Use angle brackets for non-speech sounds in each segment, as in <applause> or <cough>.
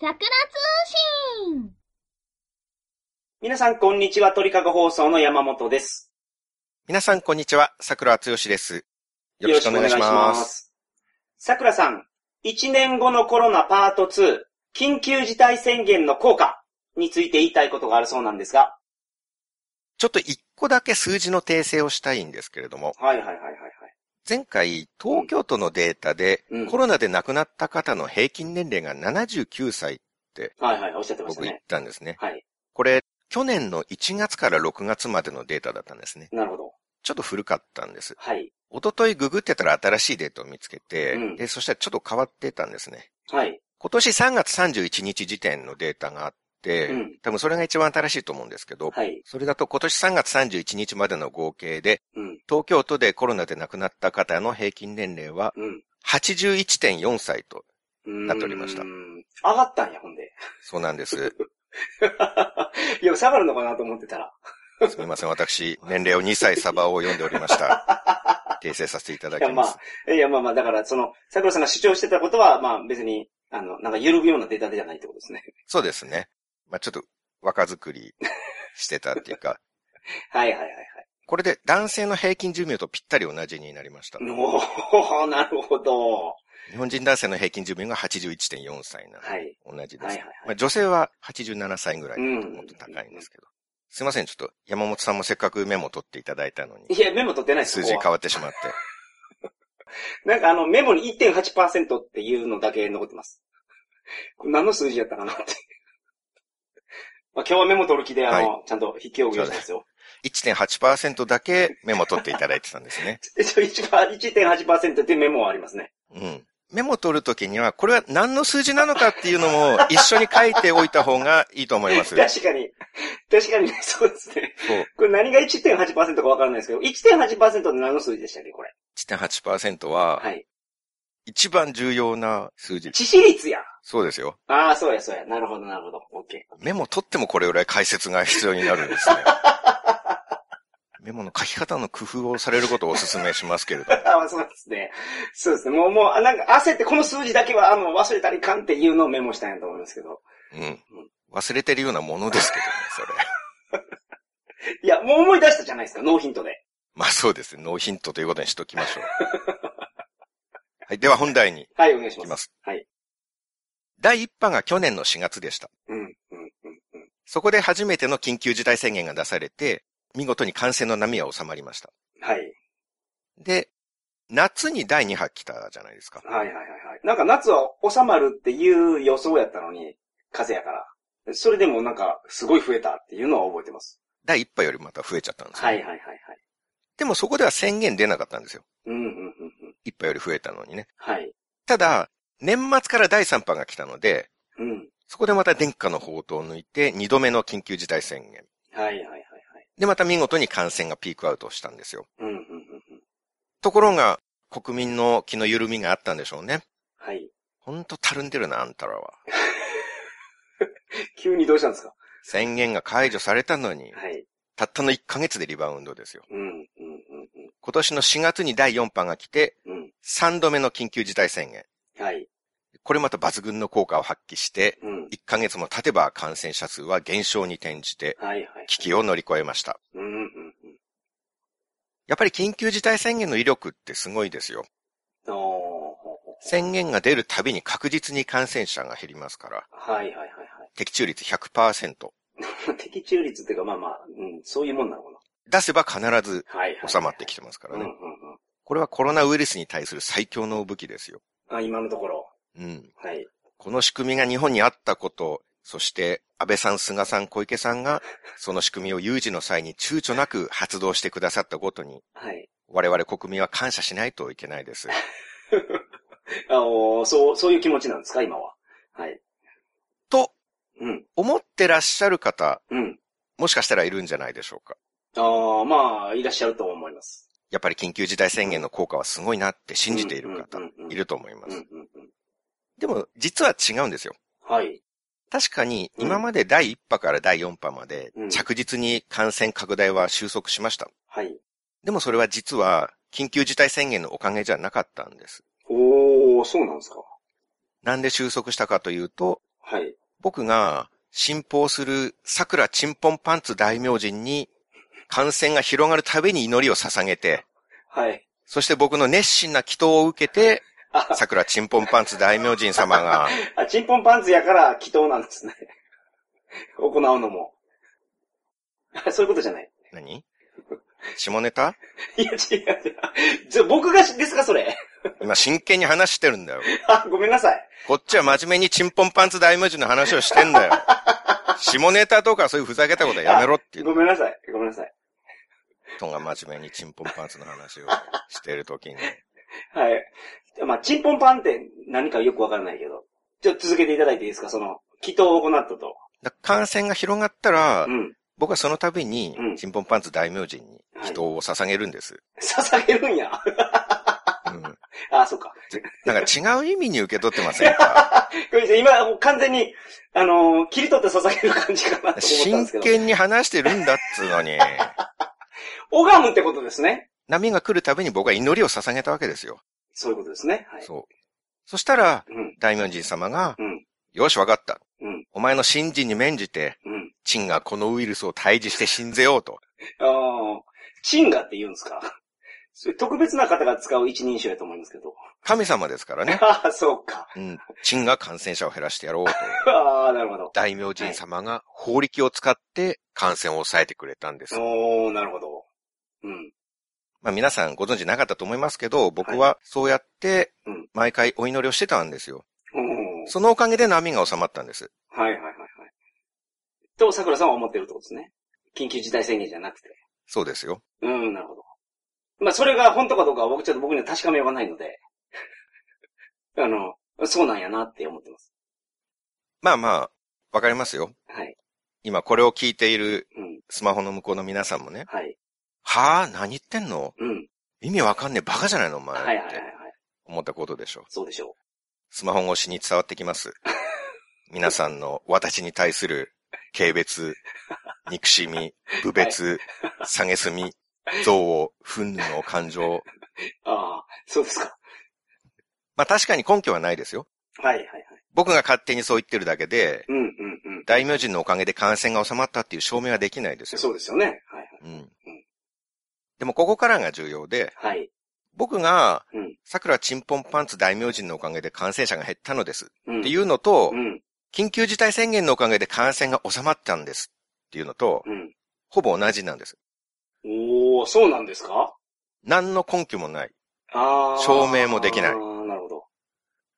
桜通信皆さん、こんにちは。鳥かご放送の山本です。皆さん、こんにちは。桜つよしです。よろしくお願いします。す。さくらさん、1年後のコロナパート2、緊急事態宣言の効果について言いたいことがあるそうなんですが。ちょっと一個だけ数字の訂正をしたいんですけれども、はいはいはいはいはい。前回、東京都のデータで、うんコロナで亡くなった方の平均年齢が79歳、はいはい、おっしゃってました僕言っね。たんですね。はい。これ、去年の1月から6月までのデータだったんですね。なるほど。ちょっと古かったんです。はい。一昨日ググってたら新しいデータを見つけて、うんで、そしたらちょっと変わってたんですね。はい。今年3月31日時点のデータがあって、うん多分それが一番新しいと思うんですけど、はい。それだと今年3月31日までの合計で、うん。東京都でコロナで亡くなった方の平均年齢はうん。 81.4歳と、うーんなっておりました上がったんや、ほんで。 <laughs> そうなんです。いや、下がるのかなと思ってたら。すみません、私、年齢を2歳サバを読んでおりました。 <laughs> 訂正させていただきます。いや、まあまあ、だから、その、桜さんが主張してたことは、まあ別に、あの、なんか揺るぐようなデータじゃないってことですね。そうですね。まあちょっと若作りしてたっていうか、はいはいはいはい。これで男性の平均寿命とぴったり同じになりました。おおなるほど。日本人男性の平均寿命が81.4歳なのではい。同じです。はいはいはいまあ、女性は87歳ぐらいだともっと高いんですけど。すいません、ちょっと山本さんもせっかくメモ取っていただいたのに、いや、メモ取ってないです数字ここ変はわってしまって。なんかあの、メモに1.8%っていうのだけ残ってます。これ何の数字やったかなって。 <laughs> まあ今日はメモ取る気で、あの、ちゃんと筆記用具用意したんですよ。 1.8%だけメモ取っていただいてたんですね。一応一番1.8%ってメモはありますね。うん。メモ取るときには、これは何の数字なのかっていうのも一緒に書いておいた方がいいと思います。そう。確かに。確かにね、 <laughs> そうですね。これ何が1.8%かわからないですけど、1.8%って何の数字でしたっけ、これ。 1.8%ははい。一番重要な数字。致死率や。そうですよ。ああ、そうや、そうや。なるほど、なるほど。オッケー。メモ取ってもこれぐらい解説が必要になるんです <laughs> ね。メモの書き方の工夫をされることをお勧めしますけれども。 <laughs> ああ、そうですね。そうですね。もう、もう、あなんか焦ってこの数字だけは、あの、忘れたりかんっていうのをメモしたんやと思うんですけど。うん。忘れてるようなもので <laughs> すけどね、それ。いや、もう思い出したじゃないですか、ノーヒントで。まあそうですね。ノーヒントということにしときましょう。 <laughs> はい。では本題にはい、お願いしま行きす。ます。はい。第1波が去年の4月でした。うん、うん、うん、うん。そこで初めての緊急事態宣言が出されて、見事に感染の波は収まりました。はい。で、夏に第2波来たじゃないですか。はい、はい、はい。はいなんか夏は収まるっていう予想やったのに、風やから。それでもなんか、すごい増えたっていうのは覚えてます。第1波よりまた増えちゃったんですよはい、はい、はい、はい。でもそこでは宣言出なかったんですよ。うん、うん、うん、うん。一波より増えたのにね。はい。ただ、年末から第3波が来たので、うん。そこでまた殿下の宝刀を抜いて、2度目の緊急事態宣言。はい、はい、はい、はい。で、また見事に感染がピークアウトしたんですよ。うん、うん、うん。うんところが、国民の気の緩みがあったんでしょうね。はい。ほんとたるんでるな、あんたらは。急にどうしたんですか宣言が解除されたのに、はい。たったの1ヶ月でリバウンドですよ。うん、うん、うん、今年の4月に第4波が来て、うん。うん。 3度目の緊急事態宣言。はい。これまた抜群の効果を発揮して、うん。 1ヶ月も経てば感染者数は減少に転じて、はい、はい。危機を乗り越えました。うん、うん、うん。やっぱり緊急事態宣言の威力ってすごいですよ。おー宣言が出るたびに確実に感染者が減りますから、はいはいはい的中率100%。はい。 <laughs> 的中率っていうか、まあまあ、うん、そういうもんなのか出せば必ずな。はい、はい。収まってきたてますかからうんうんねう。ん。これはコロナウイルスに対する最強の武器ですよ。あ、今のところ。うん。はい。この仕組みが日本にあったこと、そして安倍さん、菅さん、小池さんが、その仕組みを有事の際に躊躇なく発動してくださったことに、はい。我々国民は感謝しないといけないです。あおーそう、そういう気持ちなんですか、今は。はい。とうん、思ってらっしゃる方、うん。もしかしたらいるんじゃないでしょうか。ああ、まあ、いらっしゃると思います。やっぱり緊急事態宣言の効果はすごいなって信じている方うんうんうんう、んいると思いうまん、うす。ん、うん。でも、実は違うんですよ。はい。確かに、うん今まで第1波から第4波までうん、着実に感染拡大は収束しました。はい。でもそれは実は、緊急事態宣言のおかげじゃなかったんです。おー、そうなんですか。なんで収束したかというと、はい。僕が信奉する桜チンポンパンツ大名人に感染が広がるたびに祈りを捧げて、はい。そして僕の熱心な祈祷を受けて、あ、桜チンポンパンツ大名人様が、あチンポンパンツやから祈祷なんですね。 <laughs> 行うのも。あそういうことじゃない。 <laughs> 何下ネタいや、違う違う。じゃ僕がしですか、それ。 <laughs> 今真剣に話してるんだよ。あ、ごめんなさい。こっちは真面目にチンポンパンツ大名人の話をしてんだよ。下ネタとかそういうふざけたことはやめろっていうごめんなさい。ごめんなさい。人が真面目にチンポンパンツの話をしてるときに。はい。まあ、チンポンパンって何かよくわからないけど。ちょっと続けていただいていいですか、その、祈祷を行ったと。だ感染が広がったらう、ん。僕はその度にうん、チンポンパンツ大名人に人を捧げるんです。捧げるんや。 <laughs> うん。あ、そうか。なんか違う意味に受け取ってませんかこれ今、もう完全に、あのー切り取って捧げる感じかなって思ったんで真すけど。剣に話してるんだっつうのに、拝むってことですね。波が来るたびに僕は祈りを捧げたわけですよ。そういうことですね。はい。そう。そしたら、うん、大名人様が、うん、よしわかった。うん、お前の信心に免じて、うん。チンがこのウイルスを退治して信ぜようと。ああ、チンガって言うんですか。それ特別な方が使う一人称やと思いますけど。神様ですからね。 <laughs> ああ、そうか。うん。チンが感染者を減らしてやろうと。ああ、なるほど。大名人様が法力を使って感染を抑えてくれたんです。おー、なるほど。うん。まあ皆さんご存知なかったと思いますけど、僕はそうやってうん毎回お祈りをしてたんですよ。おーそのおかげで波が収まったんです。はいはいはいはい。と、桜さんは思ってるってことですね。緊急事態宣言じゃなくて。そうですよ。うん、なるほど。まあ、それが本当かどうかは僕ちょっと僕には確かめようがないので。 <laughs> あの、そうなんやなって思ってます。まあまあ、わかりますよ。はい。今これを聞いているうん。スマホの向こうの皆さんもね、はい。はあ、何言ってんのうん。意味わかんねえ、バカじゃないのおはいはい前はっいはいて。思ったことでしょう。そうでしょスマホ越しに伝わって <laughs> きます。皆さんの私に対する軽蔑、憎しみ、侮蔑、蔑み、憎悪、憤怒の感情。う。ああ、そうですか。まあ確かに根拠はないですよ。はいはいはい。僕が勝手にそう言ってるだけで、うんうんうん。大名人のおかげで感染が収まったっていう証明はできないですよ。そうですよね。はいはい。うん。でもここからが重要で、はい。僕がうん、桜チンポンパンツ大名人のおかげで感染者が減ったのです。うん。っていうのとう、ん。緊急事態宣言のおかげで感染が収まったんですっていうのと、うん。ほぼ同じなんです。おー、そうなんですか何の根拠もない。ああ。証明もできないああ、なるほど。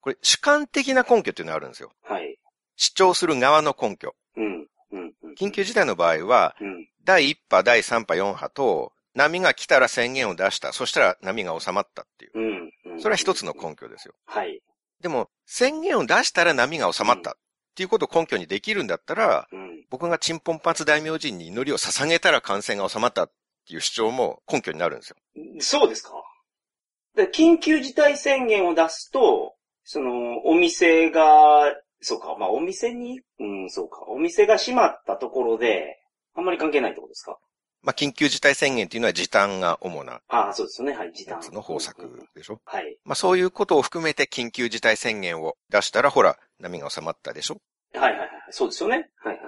これ主観的な根拠っていうのがあるんですよ。はい。主張する側の根拠。うん。うん。うん緊急事態の場合は、うん。第1波、第3波、4波と、波が来たら宣言を出した。そしたら波が収まったっていう。うん。うんそれは一つの根拠ですよ。はい。でも、宣言を出したら波が収まった。っていうことを根拠にできるんだったら、うん。僕がチンポンパンツ大名人に祈りを捧げたら感染が収まったっていう主張も根拠になるんですよ。そうですかで緊急事態宣言を出すと、その、お店が、そうか、まあ、お店に、うん、そうか、お店が閉まったところで、あんまり関係ないってことですかまあ、緊急事態宣言っていうのは時短が主なああ、そうですよね、はい、時や短。つの方うんうん策でしょはい。まあそういうことを含めて緊急事態宣言を出したら、ほら、波が収まったでしょっはいはいはい、そうですよね。はいはい。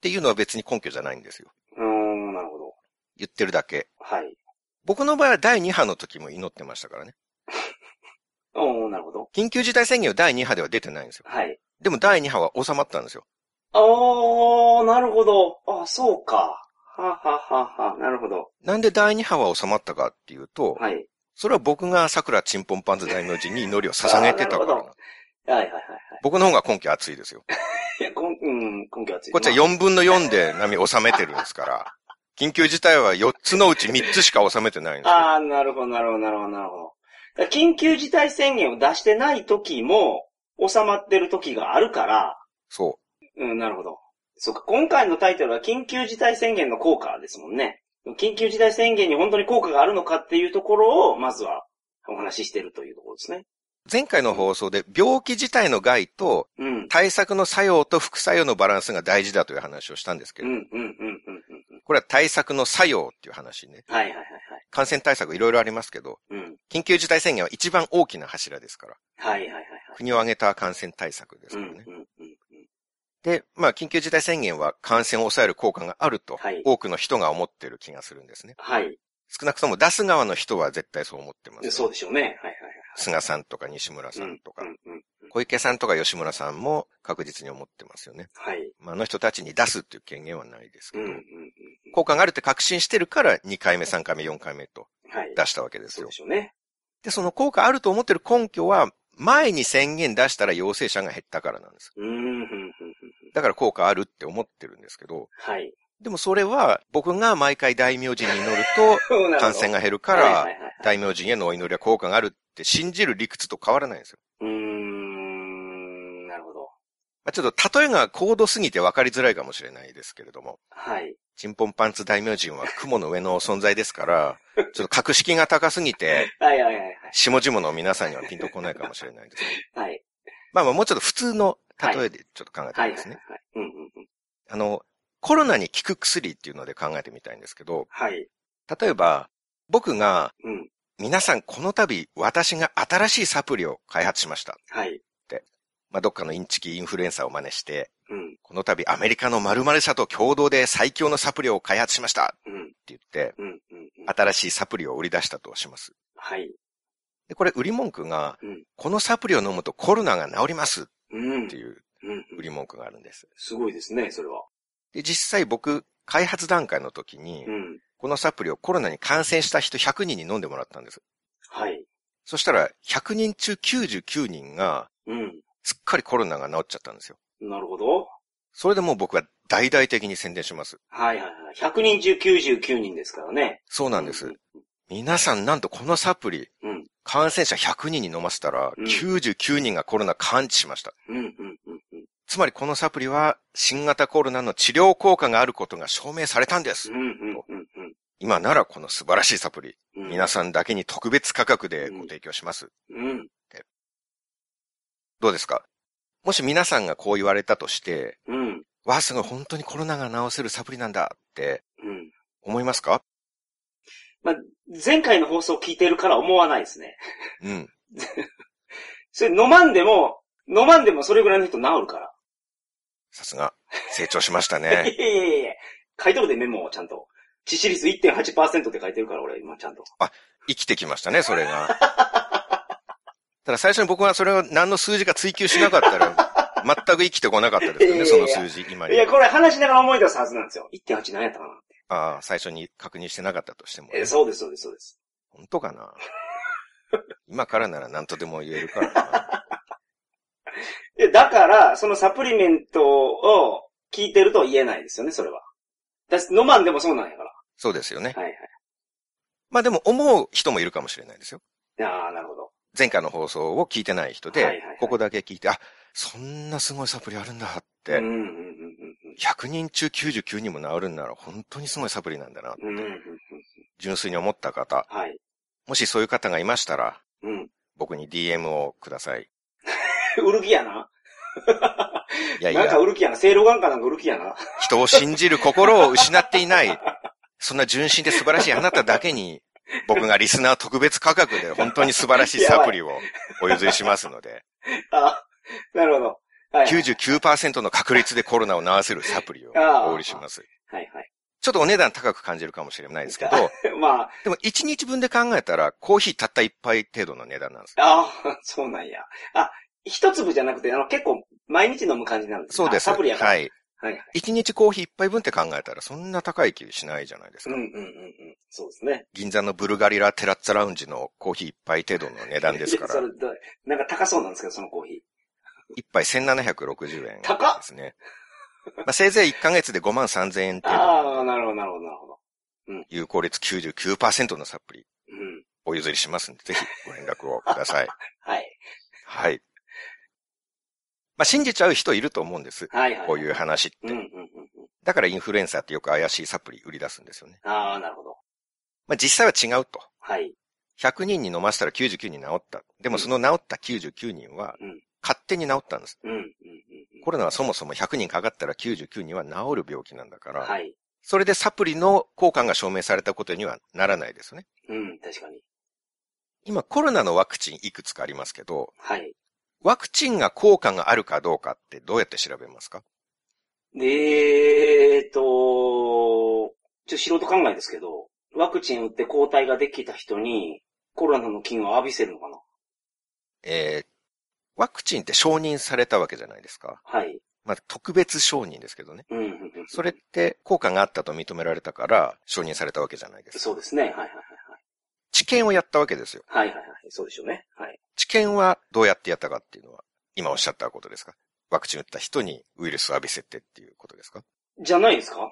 ていうのは別に根拠じゃないんですよ。うーん、なるほど。言ってるだけ。はい。僕の場合は第2波の時も祈ってましたからね。おー、なるほど。緊急事態宣言は第2波では出てないんですよ。はい。でも第2波は収まったんですよ。おー、なるほど。あ、そうか。はははは、なるほど。なんで第2波は収まったかっていうと、はい。それは僕が桜チンポンパンツ大名人に祈りを捧げてたかあーならるほな。はいはいはいはい。僕の方が根拠厚いですよ。いや、こん、うん、根拠はついてこっちは4分の4で波収めてるんですから、緊急事態は4つのうち3つしか収めてないんですよ。ああ、なるほど、なるほど、なるほど、なるほど。だから緊急事態宣言を出してない時も、収まってる時があるから、そう。うん、なるほど。そうか、今回のタイトルは緊急事態宣言の効果ですもんね。緊急事態宣言に本当に効果があるのかっていうところを、まずはお話ししてるというところですね。前回の放送で病気自体の害とうん。対策の作用と副作用のバランスが大事だという話をしたんですけうど、ん、うん、うん、うん、うん。これは対策の作用っていう話ね。はいはいはいはい。感染対策いろいろありますけど、うん。緊急事態宣言は一番大きな柱ですから、はいはいはいはい。国を挙げた感染対策ですうかん、らうん、ね。うん。うんで、まあ、緊急事態宣言は感染を抑える効果があるとはい、多くの人が思ってる気がするんですね。はい。少なくとも出す側の人は絶対そう思ってます、でそうでしょうね。はい菅さんとか西村さはいはい。んとかう、んうんうん。小池さんとか吉村さんも確実に思ってますよね。はい。まあ、あの人たちに出すっていう権限はないですけうんど、うんうん。効果があるって確信してるから2回目、3回目、4回目とはい。出したわけですそうよで。しょうね。で、その効果あると思ってる根拠は、前に宣言出したら陽性者が減ったからなんです。うん、うん、うん。うんだから効果あるって思ってるんですけど、はい。でもそれは僕が毎回大名人に乗る <laughs> と感染がが減るかはいはら、いはい大名人へのお祈りは効果があるって信じる理屈と変わらないんですよ。うーん、なるほど。まあ、ちょっと例えが高度すぎて分かりづらいかもしれないですけれども、はい。チンポンパンツ大名人は雲の上の存在です <laughs> から、ちょっと格式が高すぎて、はいはいはいはい。下々の皆さんにはピンとこないかもしれないですけど。はい。まあまあもうちょっと普通の例えでちょっと考えてはいはいみまはいすね。はい。うんうんうん。あの、コロナに効く薬っていうので考えてみたいんですけど、はい。例えば、僕がうん。皆さんこの度私が新しいサプリを開発しました。はい。まあ、どっかのインチキインフルエンサーを真似して、うん。この度アメリカの〇〇社と共同で最強のサプリを開発しましたってうん。言って、うん。うん。うん新しいサプリを売り出したとします。はい。で、これ売り文句が、うんこのサプリを飲むとコロナが治りますっうんて。いううん。売り文句があるんです。すごいですね、それは。で、実際僕、開発段階の時にう、ん。このサプリをコロナに感染した人100人に飲んでもらったんです。はい。そしたら、100人中99人が、うん。すっかりコロナが治っちゃったんですよ。なるほど。それでもう僕は大々的に宣伝します。はいはいはい。100人中99人ですからね。そうなんでうすん。皆さんなんとこのサプリ、うん。感染者100人に飲ませたら、うん99人がコロナ完治しました。うん。うん。うん。うん。つまりこのサプリは、新型コロナの治療効果があることが証明されたんです。うん。うん。うん。今ならこの素晴らしいサプリ、うん。皆さんだけに特別価格でご提供します。うん。どうですかもし皆さんがこう言われたとして、うん。わあ、すごい、本当にコロナが治せるサプリなんだってうん。思いますかまあ、前回の放送を聞いてるから思わないですね。うん。それ飲まんでも、飲まんでもそれぐらいの人治るから。さすが、成長しましたいや <laughs> ね。いやいやいや書いとるでメモをちゃんと。致死率1.8%って書いてるから俺今ちゃんと。生きてきましたね、それが。ただ最初に僕はそれを何の数字か追求しなかったら、全く生きてこなかったですよね、いやそいやのいや数字、今いに。や、これ話しながら思い出すはずなんですよ。1.8何やったかなって。ああ、最初に確認してなかったとしてもね、え、そうです、そうです、そうです。本当かな <laughs> 今からなら何とでも言えるからな。 <laughs> いやだから、そのサプリメントを聞いてると言えないですよね、それは。だし飲まんでもそうなんやから。そうですよね。はいはい。まあでも思う人もいるかもしれないですよ。ああ、なるほど。前回の放送を聞いてない人はいではいはい、ここだけ聞いて、あ、そんなすごいサプリあるんだっうんて、うん100人中99人も治るんなら本当にすごいサプリなんだな、うんうんうん。うんうんうんうん。純粋に思った方、はい。もしそういう方がいましたら、うん。 <laughs> 僕に DM をください。売る気やな。いやいなんかや、売る気やな。正露眼かなんか売る気やな。人を信じる心を失っていない、そんな純真で素晴らしいあなただけに、僕がリスナー特別価格で本当に素晴らしいサプリをお譲りしますので、あなるほど。はい。 99%の確率でコロナを治せるサプリをお売りします。はいはい。ちょっとお値段高く感じるかもしれないですけど、 <laughs> まあ、でも1日分で考えたらコーヒーたった1杯程度の値段なんですよ。ああ、そうなんや。あ、一粒じゃなくて、あの、結構、毎日飲む感じなんですねそうです。あサプリやから。。はいい。はいはい。 1日コーヒー1杯分って考えたらそんな高い気しないじゃないですうかん。うんうんうん。そうですね。銀座のブルガリラテラッツァラウンジのコーヒー1杯程度の値段です <laughs> かそられ、どなんか高そうなんですけど、そのコーヒー。 1杯1760円高っですね。まあ、せいぜい1ヶ月で5万3000円程ああ、度、なるほど、なるほど、なるほど。有効率99%のサプリ、うん。お譲りしますんで、ぜひご連絡をくだ <laughs> さい。はい。はい。まあ、信じちゃう人いると思うんです。はいはい。こういう話っうんうんて。うんうん。だからインフルエンサーってよく怪しいサプリ売り出すんですよね。ああ、なるほど。まあ、実際は違うと。はい。 100人に飲ませたら99人治った。でもその治った99人はうん、勝手に治ったんです。うんうんうんコロナはそもそも100人かかったら99人は治る病気なんだかうん。ら、はい。それでサプリの効果が証明されたことにはならないですね。うん、確かに。今コロナのワクチンいくつかありますけど、はい。ワクチンが効果があるかどうかってどうやって調べますかで、えーっと、ちょっと素人考えですけど、ワクチン打って抗体ができた人にコロナの菌を浴びせるのかなえーワクチンって承認されたわけじゃないですか。はい。まあ、特別承認ですけどね。うんうんうん。それって効果があったと認められたから承認されたわけじゃないですか。そうですね。はいはいはい治験をやったわけですよ。はい。はいはいはい。そうでしょうね。はい。治験はどうやってやったかっていうのは、今おっしゃったことですかワクチン打った人にウイルスを浴びせてっていうことですかじゃないですか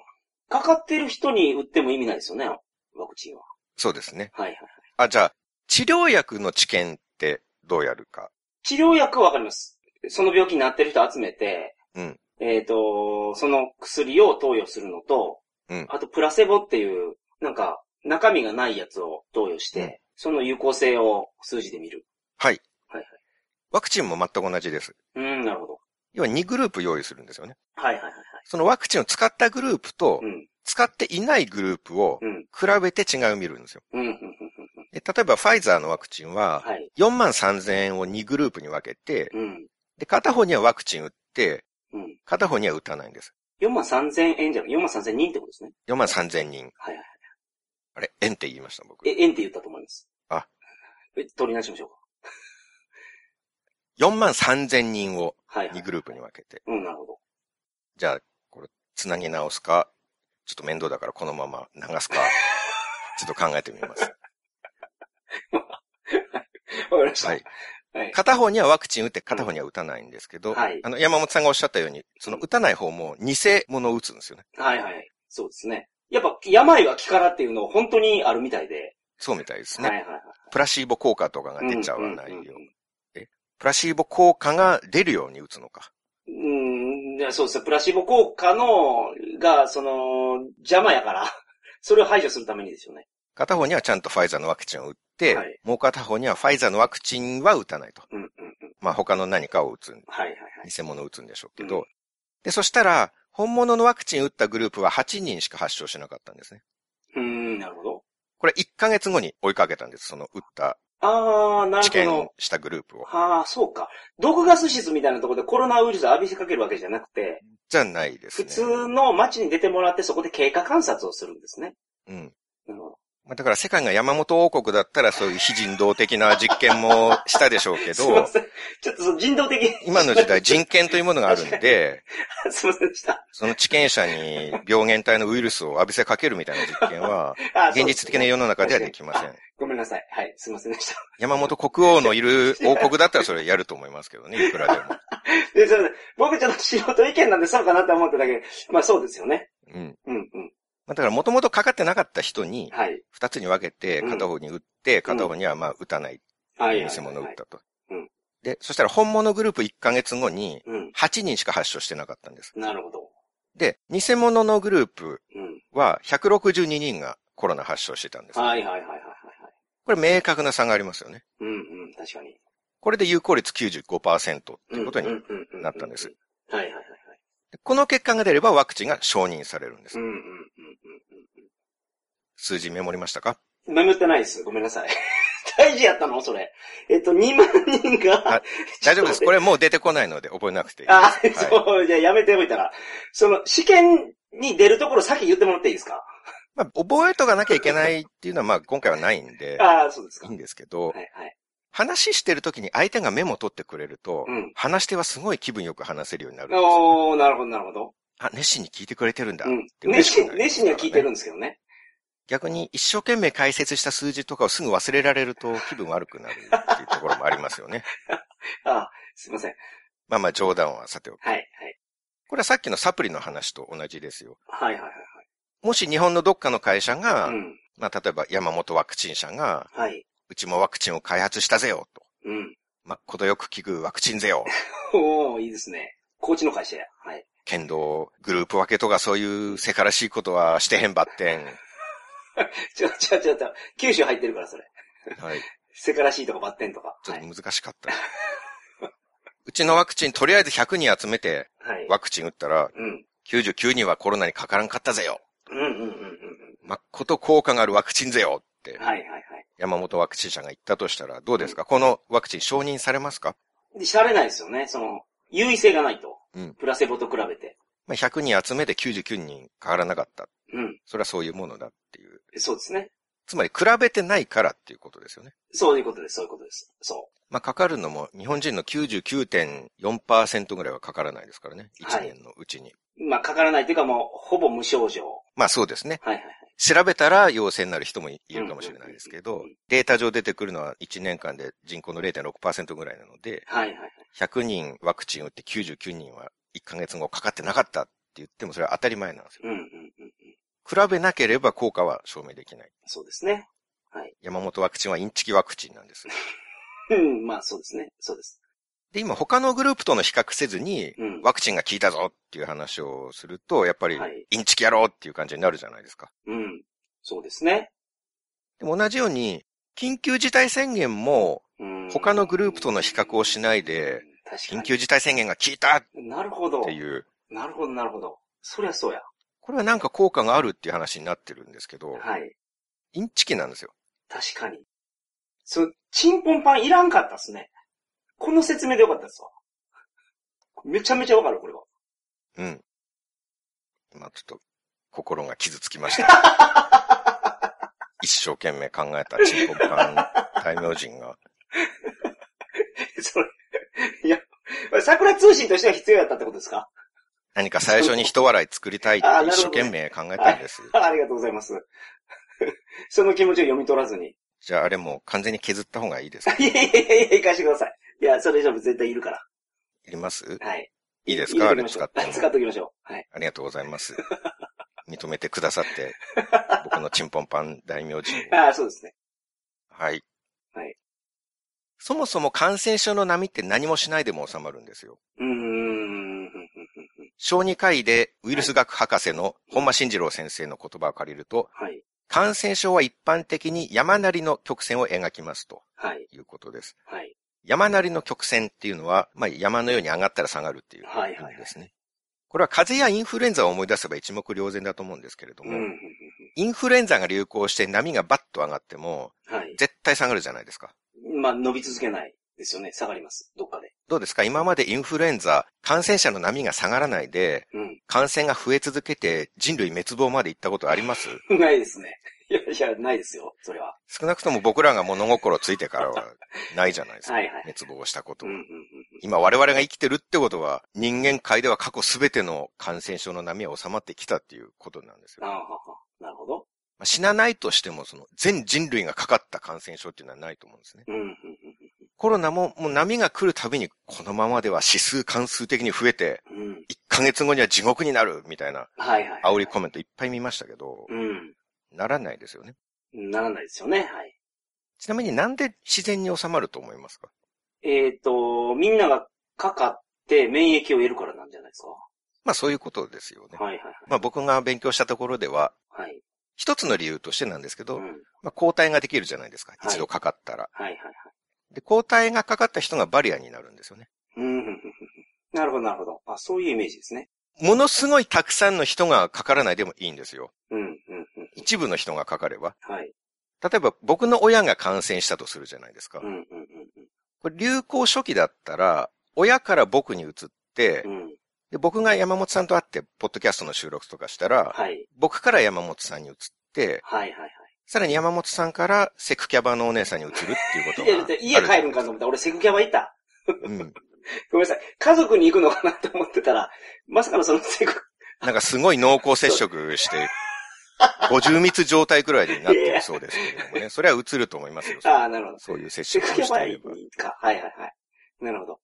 かかってる人に打っても意味ないですよね。ワクチンは。そうですね。はいはい。あ、じゃあ、治療薬の治験ってどうやるか。治療薬はわかります。その病気になってる人集めて、うんえっ、と、その薬を投与するのと、うんあとプラセボっていう、なんか、中身がないやつを投与して、うんその有効性を数字で見る。はい。はいはい。ワクチンも全く同じです。うん、なるほど。要は2グループ用意するんですよね。はいはいはいはい。そのワクチンを使ったグループとう、ん、使っていないグループをうん、比べて違いを見るんですよ。うん、うん、うん。うんで例えば、ファイザーのワクチンは、はい。 4万3000円を2グループに分けて、うん、で、片方にはワクチン打って、うん。片方には打たないんです。 4万3000円じゃなく4万3000人ってことですね。 4万3000人。はいはい。あれ、円って言いました、僕。え、円って言ったと思います。あ。え、取り直しましょう4万3000人をか。はい、は2い。グループに分けて。うん、なるほど。じゃあ、これ、つなぎ直すか、ちょっと面倒だからこのまま流 <laughs> すか、ちょっと考えてみます。わかりました。はい。はい。片方にはワクチン打って、片方には打たないんですけど、はいあの、山本さんがおっしゃったように、その打たない方も偽物を打つんですよね。はいはい。そうですね。やっぱ、病は気からっていうの本当にあるみたいで。そうみたいですはね。いはいはい。プラシーボ効果とかが出ちゃわないように。うんプラシーボ効果が出るように打つのか。うん、いやそうですね。プラシーボ効果の、が、その、邪魔やから、 <laughs> それを排除するためにですよね。片方にはちゃんとファイザーのワクチンを打って、はいもう片方にはファイザーのワクチンは打たないと。うんうんうん。まあ他の何かを打つ、はいはいはい。偽物を打つんでしょうけうど、んで、そしたら、本物のワクチン打ったグループは8人しか発症しなかったんですね。うん、なるほど。これ1ヶ月後に追いかけたんです、その打った、あー、な治るほ験ど。したグループを。あー、そうか。毒ガス室みたいなところでコロナウイルスを浴びせかけるわけじゃなくて、じゃないで普すね。通の街に出てもらってそこで経過観察をするんですね。うん。なるほど。まあ、だから世界が山本王国だったらそういう非人道的な実験もしたでしょ <laughs> うけすいまど、せん。ちょっとその人道的に今の時代人権というものがあるんで、 <laughs> すいませんでした。その治験者に病原体のウイルスを浴びせかけるみたいな実 <laughs> 験は、あ現実的な世の中ではできませそうでん。ごめんなさい。はい。すいませんでした。 <laughs> 山本国王のいる王国だったらそれやると思いますけどね、いくらでも。で、すいません。僕ちょっと素人意見なんでそうかなって思っただけで。まあそうですよね。うん。うんうん。まあ、だからもともとかかってなかった人に、はい。二つに分けて、うん片方に打って、片方にはまあ打たない、はいはいはい。偽物を打ったとうん。で、そしたら本物グループ1ヶ月後に、うん。 8人しか発症してなかったんです。なるほど。で、偽物のグループうん。は162人がコロナ発症してたんです。はいはいはいはいはいはい。これ明確な差がありますよね。うんうん。確かに。これで有効率95%っていうことにになったんです。はいはいはいはい。この結果が出ればワクチンが承認されるんでうすん。うんうん数字メモりましたかうんうん。メモってないです。ごめんなさい。 <laughs> 大事やったのそれ。えっと、2万人があ。<laughs> 大丈夫です。これもう出てこないので覚えなくていいあ、です。はいそう、じゃあやめておいたら。その、試験に出るところ先言ってもらっていいですかまあ、覚えとかなきゃいけないっていうのはまあ今回はないんで、 <laughs> ああ、そうですか。いいはいんですけど、はい。話してる時に相手がメモ取ってくれるとうん、話し手はすごい気分よく話せるようになるんですよね。おー、なるほど、なるほど。あ、熱心に聞いてくれてるんだ。うん。でも熱心、嬉熱し心くにはなりますからね聞いてるんですけどね。逆に一生懸命解説した数字とかをすぐ忘れられると気分悪くなるっていうところもありますよね。 <laughs> ああ、すいません。まあまあ冗談はさておき。はい、はい。これはさっきのサプリの話と同じですよ。はい、はい、もし日本のどっかの会社はが、い。うん。まあ、例えば山本ワクチン社が、はい。うちもワクチンを開発したぜよ、と。うん。まあ、程よく聞くワクチンぜよ。おー、いいですね。高知の会社や。はい。剣道、グループ分けとかそういうせからしいことはしてへんばってん。ちょ、ちょ、ちょ、ちょ、九州入ってるから、それ。はい。せからしいとかバッテンとか。ちょはっい。と難しかった。うちのワクチンとりあえず100人集めてはい。ワクチン打ったらうん。 99人はコロナにかからんかったぜよ。うん、うん、うん、うん。まあこと効果があるワクチンぜよっはてい、はい、はい。山本ワクチン社が言ったとしたらどうですかこのワクチン承認されますかで、しゃれないですよね。その、優位性がないと。うんプラセボと比べて。まあ、100人集めて99人変わらなかった。うん。それはそういうものだっていう。そうですね。つまり比べてないからっていうことですよね。そういうことです、そういうことです。そまあ、かかるのも日本人の99.4%ぐらいはかからないですからね。はい1年のうちに。う。まあ、かからないというかもう、ほぼ無症状。まあそうですね。はいはいはい。調べたら陽性になる人もいるかもしれないですうんけうんどうんうん、データ上出てくるのは1年間で人口の0.6%ぐらいなので、はいはいはい。 100人ワクチン打って99人は1ヶ月後かかってなかったって言ってもそれは当たり前なんですよ。うんうんうんうん。比べなければ効果は証明できない。そうですね。山本ワクチンはインチキワクチンなんです。うん、まあそうですね。そうです。で、今他のグループとの比較せずに、うん。ワクチンが効いたぞっていう話をすると、やっぱりはいインチキやろうっていう感じになるじゃないですか。うん。そうですね。でも同じように、緊急事態宣言もうん他のグループとの比較をしないで、確緊か急事態宣言が効いたっに。なるほど。ていう、なるほど、なるほど。そりゃそうや。これはなんか効果があるっていう話になってるんですけど、はい。インチキなんですよ。確かに。そう、チンポンパンいらんかったっすね。この説明でよかったっすわ。めちゃめちゃわかる、これは。 <laughs> うん。今ちょっと心が傷つきました。 <laughs> 一生懸命考えたチンポンパン大名人が。それ、いや、桜通信としては必要やったってことですか <laughs> 何か最初に一笑い作りたいってあーな一るほ生どね懸命考えたんです。 <laughs> あありがとうございます。その気持ちを読み取らずに。じゃああれも完全に削った方がいいです <laughs> かいやいやいやいや、行かしてください。いや、それ以上絶対いるから。いりますはい。いいですか入れときましょうあれ使っても使っておきましょう。はい。ありがとうござい <laughs> ます。認めてくださって、僕のチンポンパン大名人を。ああ、そうですね。はい。はいそもそも感染症の波って何もしないでも収まるんですよ。うーん。小児科医でウイルス学博士の本間慎二郎先生の言葉を借りると、はい。感染症は一般的に山なりの曲線を描きますとはい。いうことです。はい。山なりの曲線っていうのは、まあ、山のように上がったら下がるっていうはい意はいはい味ですね。これは風邪やインフルエンザを思い出せば一目瞭然だと思うんですけれどうも、ん。インフルエンザが流行して波がバッと上がっても、はい。絶対下がるじゃないですか。まあ、伸び続けないですよね。下がります。どっかで。どうですか今までインフルエンザ、感染者の波が下がらないで、う感染が増え続けて人類滅亡まで行ったことありますん。ないですね。 <laughs> いや、いや、ないですよ。それは。少なくとも僕らが物心ついてからはないじゃないですか。はいはい。滅亡したこうとんはうんうん。今我々が生きてるってことは、人間界では過去すべての感染症の波は収まってきたっていうことなんですよ。ああまはは、なるほど。あ死なないとしても、その全人類がかかった感染症っていうのはないと思うんですね。うんうんうん。コロナももう波が来るたびに、このままでは指数関数的に増えて、うん。 1ヶ月後には地獄になるみたいなはいはい。煽りコメントいっぱい見ましたけど、うん。ならないですよね。ならないですよね。はい。ちなみになんで自然に収まると思いますかえっ、と、みんながかかって免疫を得るからなんじゃないですか。まあそういうことですよね。はいはいまあ僕が勉強したところでは、はい。はい。一つの理由としてなんですけうど、ん。まあ、抗体ができるじゃないですか。はい一度かかったら。はいはいはい。で、抗体がかかった人がバリアになるんですよね。うんうんうんうん。なるほどなるほど。あ、そういうイメージですね。ものすごいたくさんの人がかからないでもいいんですよ。うんうんうん。一部の人がかかれば。はい。例えば僕の親が感染したとするじゃないですかうん。うんうんこれ流行初期だったら、親から僕に移ってう、ん。うん。で、僕が山本さんと会って、ポッドキャストの収録とかしたら、はい。僕から山本さんに移って、はいはいはい。さらに山本さんからセクキャバのお姉さんに移るっていうこといがや、だって家帰るんかと思った。俺セクキャバ行った。うん。ごめんなさい。家族に行くのかなと思ってたら、まさかのそのセク、なんかすごい濃厚接触して、50密状態くらいになってるそうですけれどもね。それは移ると思いますよ。 <laughs> ああ、なるほど。そういう接セ触をクキャしてバいれば。にか。はいはいはい。なるほど。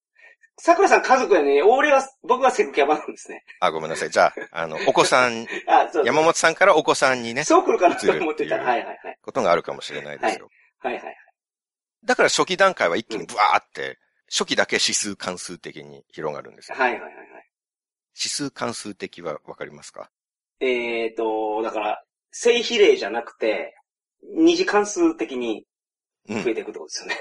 桜さん家族やね。俺は、僕はセクキャバなんですね。あ、ごめんなさい。じゃあ、あの、お子さん、あそう。山本さんからお子さんにね、そう来るかなと思ってた。移るっていうはいはいはい。ことがあるかもしれないですよ。はいはいはい。だから初期段階は一気にブワーって、初期だけ指数関数的に広がるんですよ。はいはいはいはい。指数関数的はわかりますかえーと、だから、正比例じゃなくて、二次関数的にう増えん。ていくってことですよね。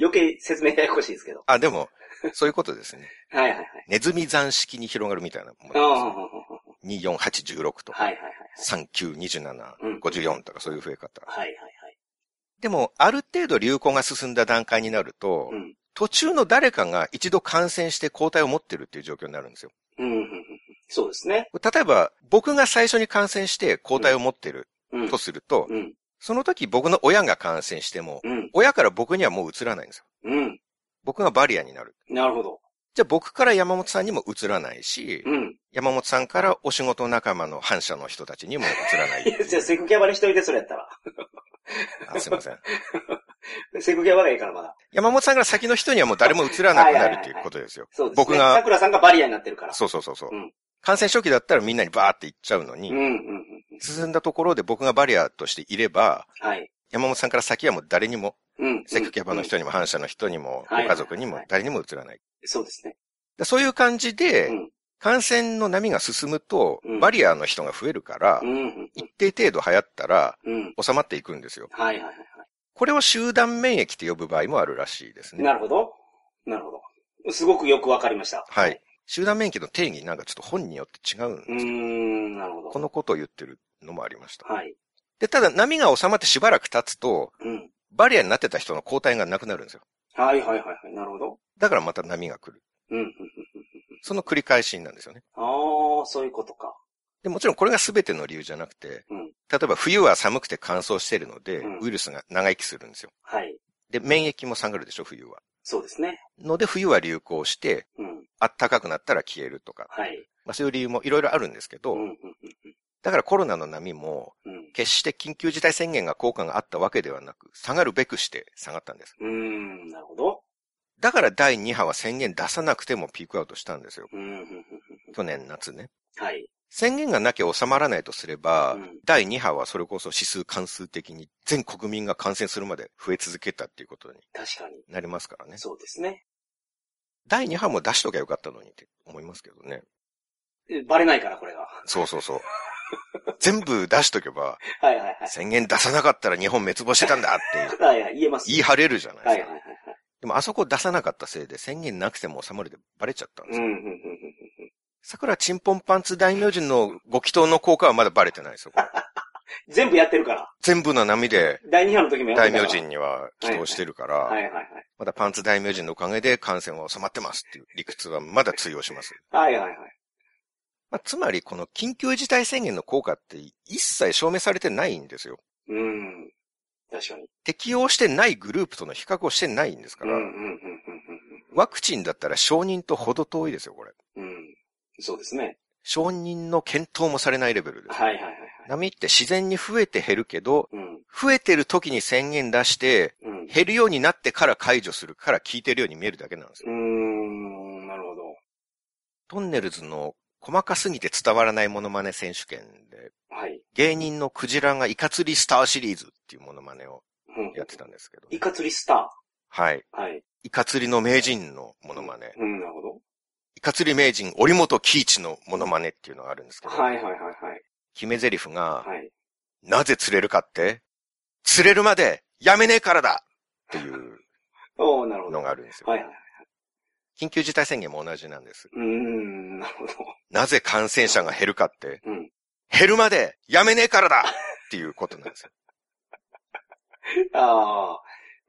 余計説明ややこしいですけど。あ、でも、そういうことですね。 <laughs> はいはいはい。ネズミ算式に広がるみたいなもうんうんうんうんのですよ。24816とはいはいはい。うん3927、54とかそういう増え方。はいはいでも、ある程度流行が進んだ段階になると、はい。うん。途中の誰かが一度感染して抗体を持ってるっていう状況になるんですよ。うんうんうん。そうですね。例えば、僕が最初に感染して抗体を持ってるうんと。すると、うん。その時僕の親が感染しても、うん。親から僕にはもう移らないんですよ。うん。僕がバリアになる。なるほど。じゃあ僕から山本さんにも移らないし、うん。山本さんからお仕事仲間の反社の人たちにも移らない <laughs> い。 <laughs> や、じゃあセクキャバに一人でそれやったら。 <laughs> あすいません。セクキャバがいいからまだ。山本さんから先の人にはもう誰も移らなくなるっていうことですよ。そうですね。僕が桜さんがバリアになってるから。そうそうそうそううん。感染初期だったらみんなにバーって行っちゃうのうん。に、うん。うん。進んだところで僕がバリアとしていれば、はい。山本さんから先はもう誰にも、うん。セクキャバの人にも反社の人にも、ごはい家族にも誰にも移らない。うんそうですね。でそういう感じでうん、感染の波が進むとうん、バリアの人が増えるからう、ん。一定程度流行ったら、うん。うん。収まっていくんですよ。はいはいはいはこれを集団免疫って呼ぶ場合もあるらしいですい。ね。なるほど。なるほど。すごくよくわかりました。はい。。集団免疫の定義なんかちょっと本によって違うんうーですよ。ん、なるほど。このことを言ってるのもありました。はい。で、ただ波が収まってしばらく経つと、うん。バリアになってた人の抗体がなくなるんですよ。はいはいはいはい。なるほど。だからまた波が来る。うんうん。うんうんその繰り返しなんですよね。ああ、そういうことか。で、もちろんこれが全ての理由じゃなくて、うん例えば冬は寒くて乾燥してるので、うんウイルスが長生きするんですよ。はい。で、免疫も下がるでしょ、冬は。そうですね。ので、冬は流行して、うん。暖かくなったら消えるとか、はい。まあそういう理由もいろいろあるんですけど、うんうんうんだからコロナの波も、うん。決して緊急事態宣言が効果があったわけではなく、下がるべくして下がったんです。うーん、なるほど。だから第2波は宣言出さなくてもピークアウトしたんですよ。うんうんうんうん。去年夏ね。はい。宣言がなきゃ収まらないとすれば、うん第2波はそれこそ指数関数的に全国民が感染するまで増え続けたっていうことに確かに。なりますからね。そうですね。第2波も出しときゃよかったのにって思いますけどね。えバレないから、これが。そうそうそう。全部出しとけば、はいはいはい。宣言出さなかったら日本滅亡してたんだってはいはい、言えます。言い張れるじゃないではすいか。はいはい。でもあそこ出さなかったせいで宣言なくても収まるでバレちゃったんでうすんよ。うんうんうん。桜チンポンパンツ大名人のご祈祷の効果はまだバレてないですよ。これ全部やってるから。全部の波で第2波の時もやってる大から。名人には祈祷してるから、はいはいはい。まだパンツ大名人のおかげで感染は収まってますっていう理屈はまだ通用します。はいはいはい。まあ、つまりこの緊急事態宣言の効果って一切証明されてないんですよ。うん。確かに。適用してないグループとの比較をしてないんですかうんら、うんうんうんワクチンだったら承認とほど遠いですよ、これ。うんうん。うん。そうですね。承認の検討もされないレベルです。はいはいはいはい。波って自然に増えて減るけど、うん。増えてる時に宣言出して、うん。減るようになってから解除するから効いてるように見えるだけなんですよ。うーん、なるほど。トンネルズの細かすぎて伝わらないモノマネ選手権で、はい。芸人のクジラがイカ釣りスターシリーズっていうモノマネをうんやってたんですけど、イカ釣りスタはい。ー。はい。イカ釣りの名人のモノマネ、うん、なるほど。イカ釣り名人、織本喜一のモノマネっていうのがあるんですけど、はいはいはいはい。決め台詞が、はい。なぜ釣れるかって、釣れるまでやめねえからだっていうおおなるほど。のはいがあるんですよ。はいはい。緊急事態宣言も同じなんです。うーん、なるほど。なぜ感染者が減るかって、うん。減るまでやめねえからだっていうことなんですよ。ああ、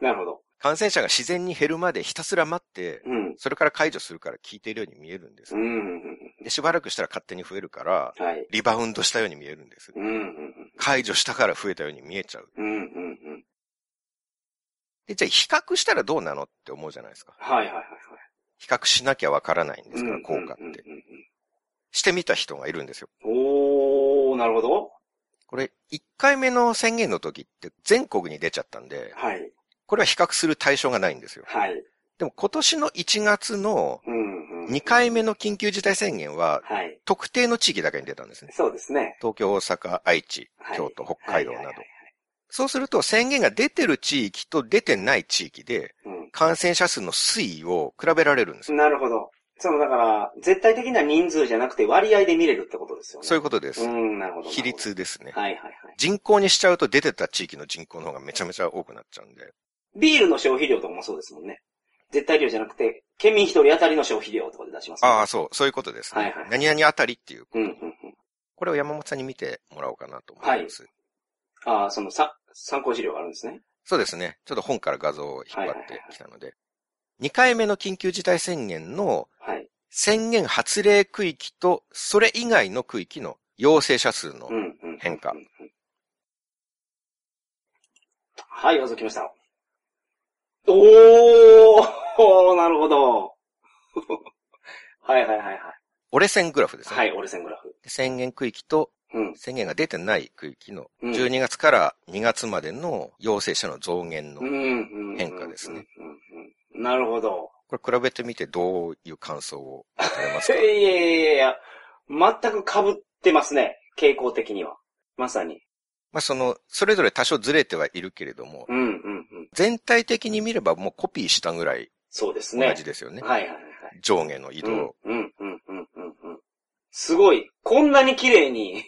なるほど。感染者が自然に減るまでひたすら待って、うん。それから解除するから効いているように見えるんですう。ん。で、しばらくしたら勝手に増えるから、はい。リバウンドしたように見えるんです。うん。うん。解除したから増えたように見えちゃう。うん。うん。うん。で、じゃあ比較したらどうなのって思うじゃないですか。はいはいはいはい。比較しなきゃわからないんですから、効果っうんうんて。してみた人がいるんですよ。うんうん。おー、なるほど。これ、1回目の宣言の時って全国に出ちゃったんで、はい。これは比較する対象がないんですよ。はい。でも今年の1月のうん。うん2回目の緊急事態宣言は、はい。特定の地域だけに出たんですね。そうですね。東京、大阪、愛知は、い京都、北海道はいなはいどはい。そうすると宣言が出てる地域と出てない地域で感染者数の推移を比べられるんですうよ。ん。なるほど。その、だから、絶対的な人数じゃなくて割合で見れるってことですよね。そういううことです。うん、なるほど。比率ですね。はいはいはい。人口にしちゃうと出てた地域の人口の方がめちゃめちゃ多くなっちゃうんで。ビールの消費量とかもそうですもんね。絶対量じゃなくて、県民一人当たりの消費量とかで出しますもんね、ああ、そう、そういうことです、ねはいはい何々あたりっていう。うんうんうん。これを山本さんに見てもらおうかなと思います。ああ、そのさ、参考資料があるんですね。そうですね。ちょっと本から画像を引っ張はいっはいはいてきたので。2回目の緊急事態宣言のはい。宣言発令区域と、それ以外の区域の陽性者数のうんうん。変化。はい、覗きました。おー、 <laughs> なるほど。はいはいはいはい。折れ線グラフですね。はい、折れ線グラフ。宣言区域とうん。宣言が出てない区域のうん12月から2月までの陽性者の増減の、うんうんうん。変化ですねうんうんうん。なるほど。これ比べてみてどういう感想を持たれますい <laughs> かやいやいやいや、全く被ってますね。傾向的には。まさに。まあその、それぞれ多少ずれてはいるけれども、うんうんうん。全体的に見ればもうコピーしたぐらいそうですね。同じですよね。はいはいはい。上下の移動。うんうんうんうんうん。すごい。こんなに綺麗に、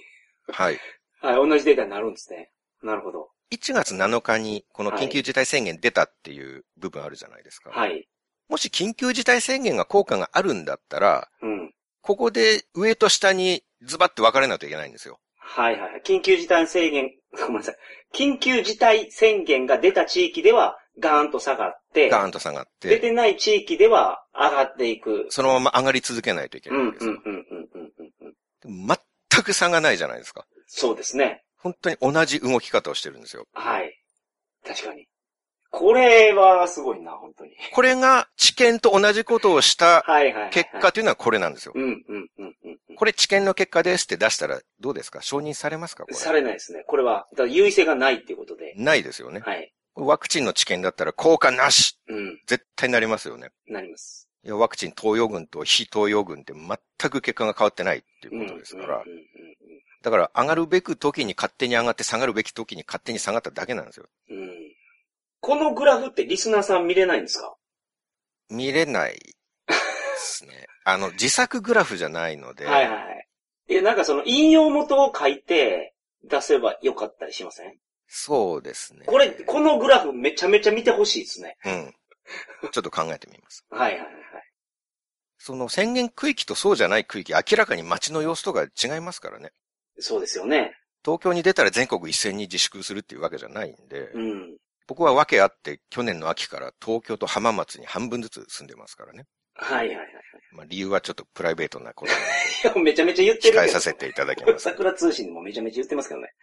はい。はい、同じデータになるんですね。なるほど。 1月7日にこの緊急事態宣言出たっていう部分あるじゃないですか。はい。もし緊急事態宣言が効果があるんだったら、うん。ここで上と下にズバッて分かれないといけないんですよ。はいはい。緊急事態宣言、 <laughs> ごめんなさい。緊急事態宣言が出た地域ではガーンと下がって、ガーンと下がっ出て、てない地域では上がっていく。そのまま上がり続けないといけうないんうんんですうんうよ。んうんうんうん。全く差がないじゃないですか。そうですね。本当に同じ動き方をしてるんですよ。はい。確かに。これはすごいな、本当に。これが知見と同じことをしたはいはいはい。結果。というのはこれなんですよ。うんうんうんうんうん。これ知見の結果ですって出したらどうですか承認されますかこされ。れないですね。これは、だから優位性がないっていうことで。ないですよね。はい。ワクチンの知見だったら効果なしうん、絶対なりますよね。なります。いや、ワクチン東洋軍と非東洋軍って全く結果が変わってないっていうことですから。うんうんだから上がるべく時に勝手に上がって下がるべき時に勝手に下がっただけなんですよ。うんうんうんこのグラフってリスナーさん見れないんですか見れないですね。 <laughs> あの、自作グラフじゃないので、はいはいはい。いや、なんかその引用元を書いて出せばよかったりしませんそうですね。これ、このグラフめちゃめちゃ見てほしいですね。うん。ちょっと考えてみます。はいはいはい。その宣言区域とそうじゃない区域、明らかに街の様子とか違いますからね。そうですよね。東京に出たら全国一斉に自粛するっていうわけじゃないんで、うん。僕は訳あって去年の秋から東京と浜松に半分ずつ住んでますからね。はいはいはい。まあ理由はちょっとプライベートなことい <laughs> や、めちゃめちゃ言ってるけど。なので控えさせていただ <laughs> きます。桜通信もめちゃめちゃ言ってますけどね。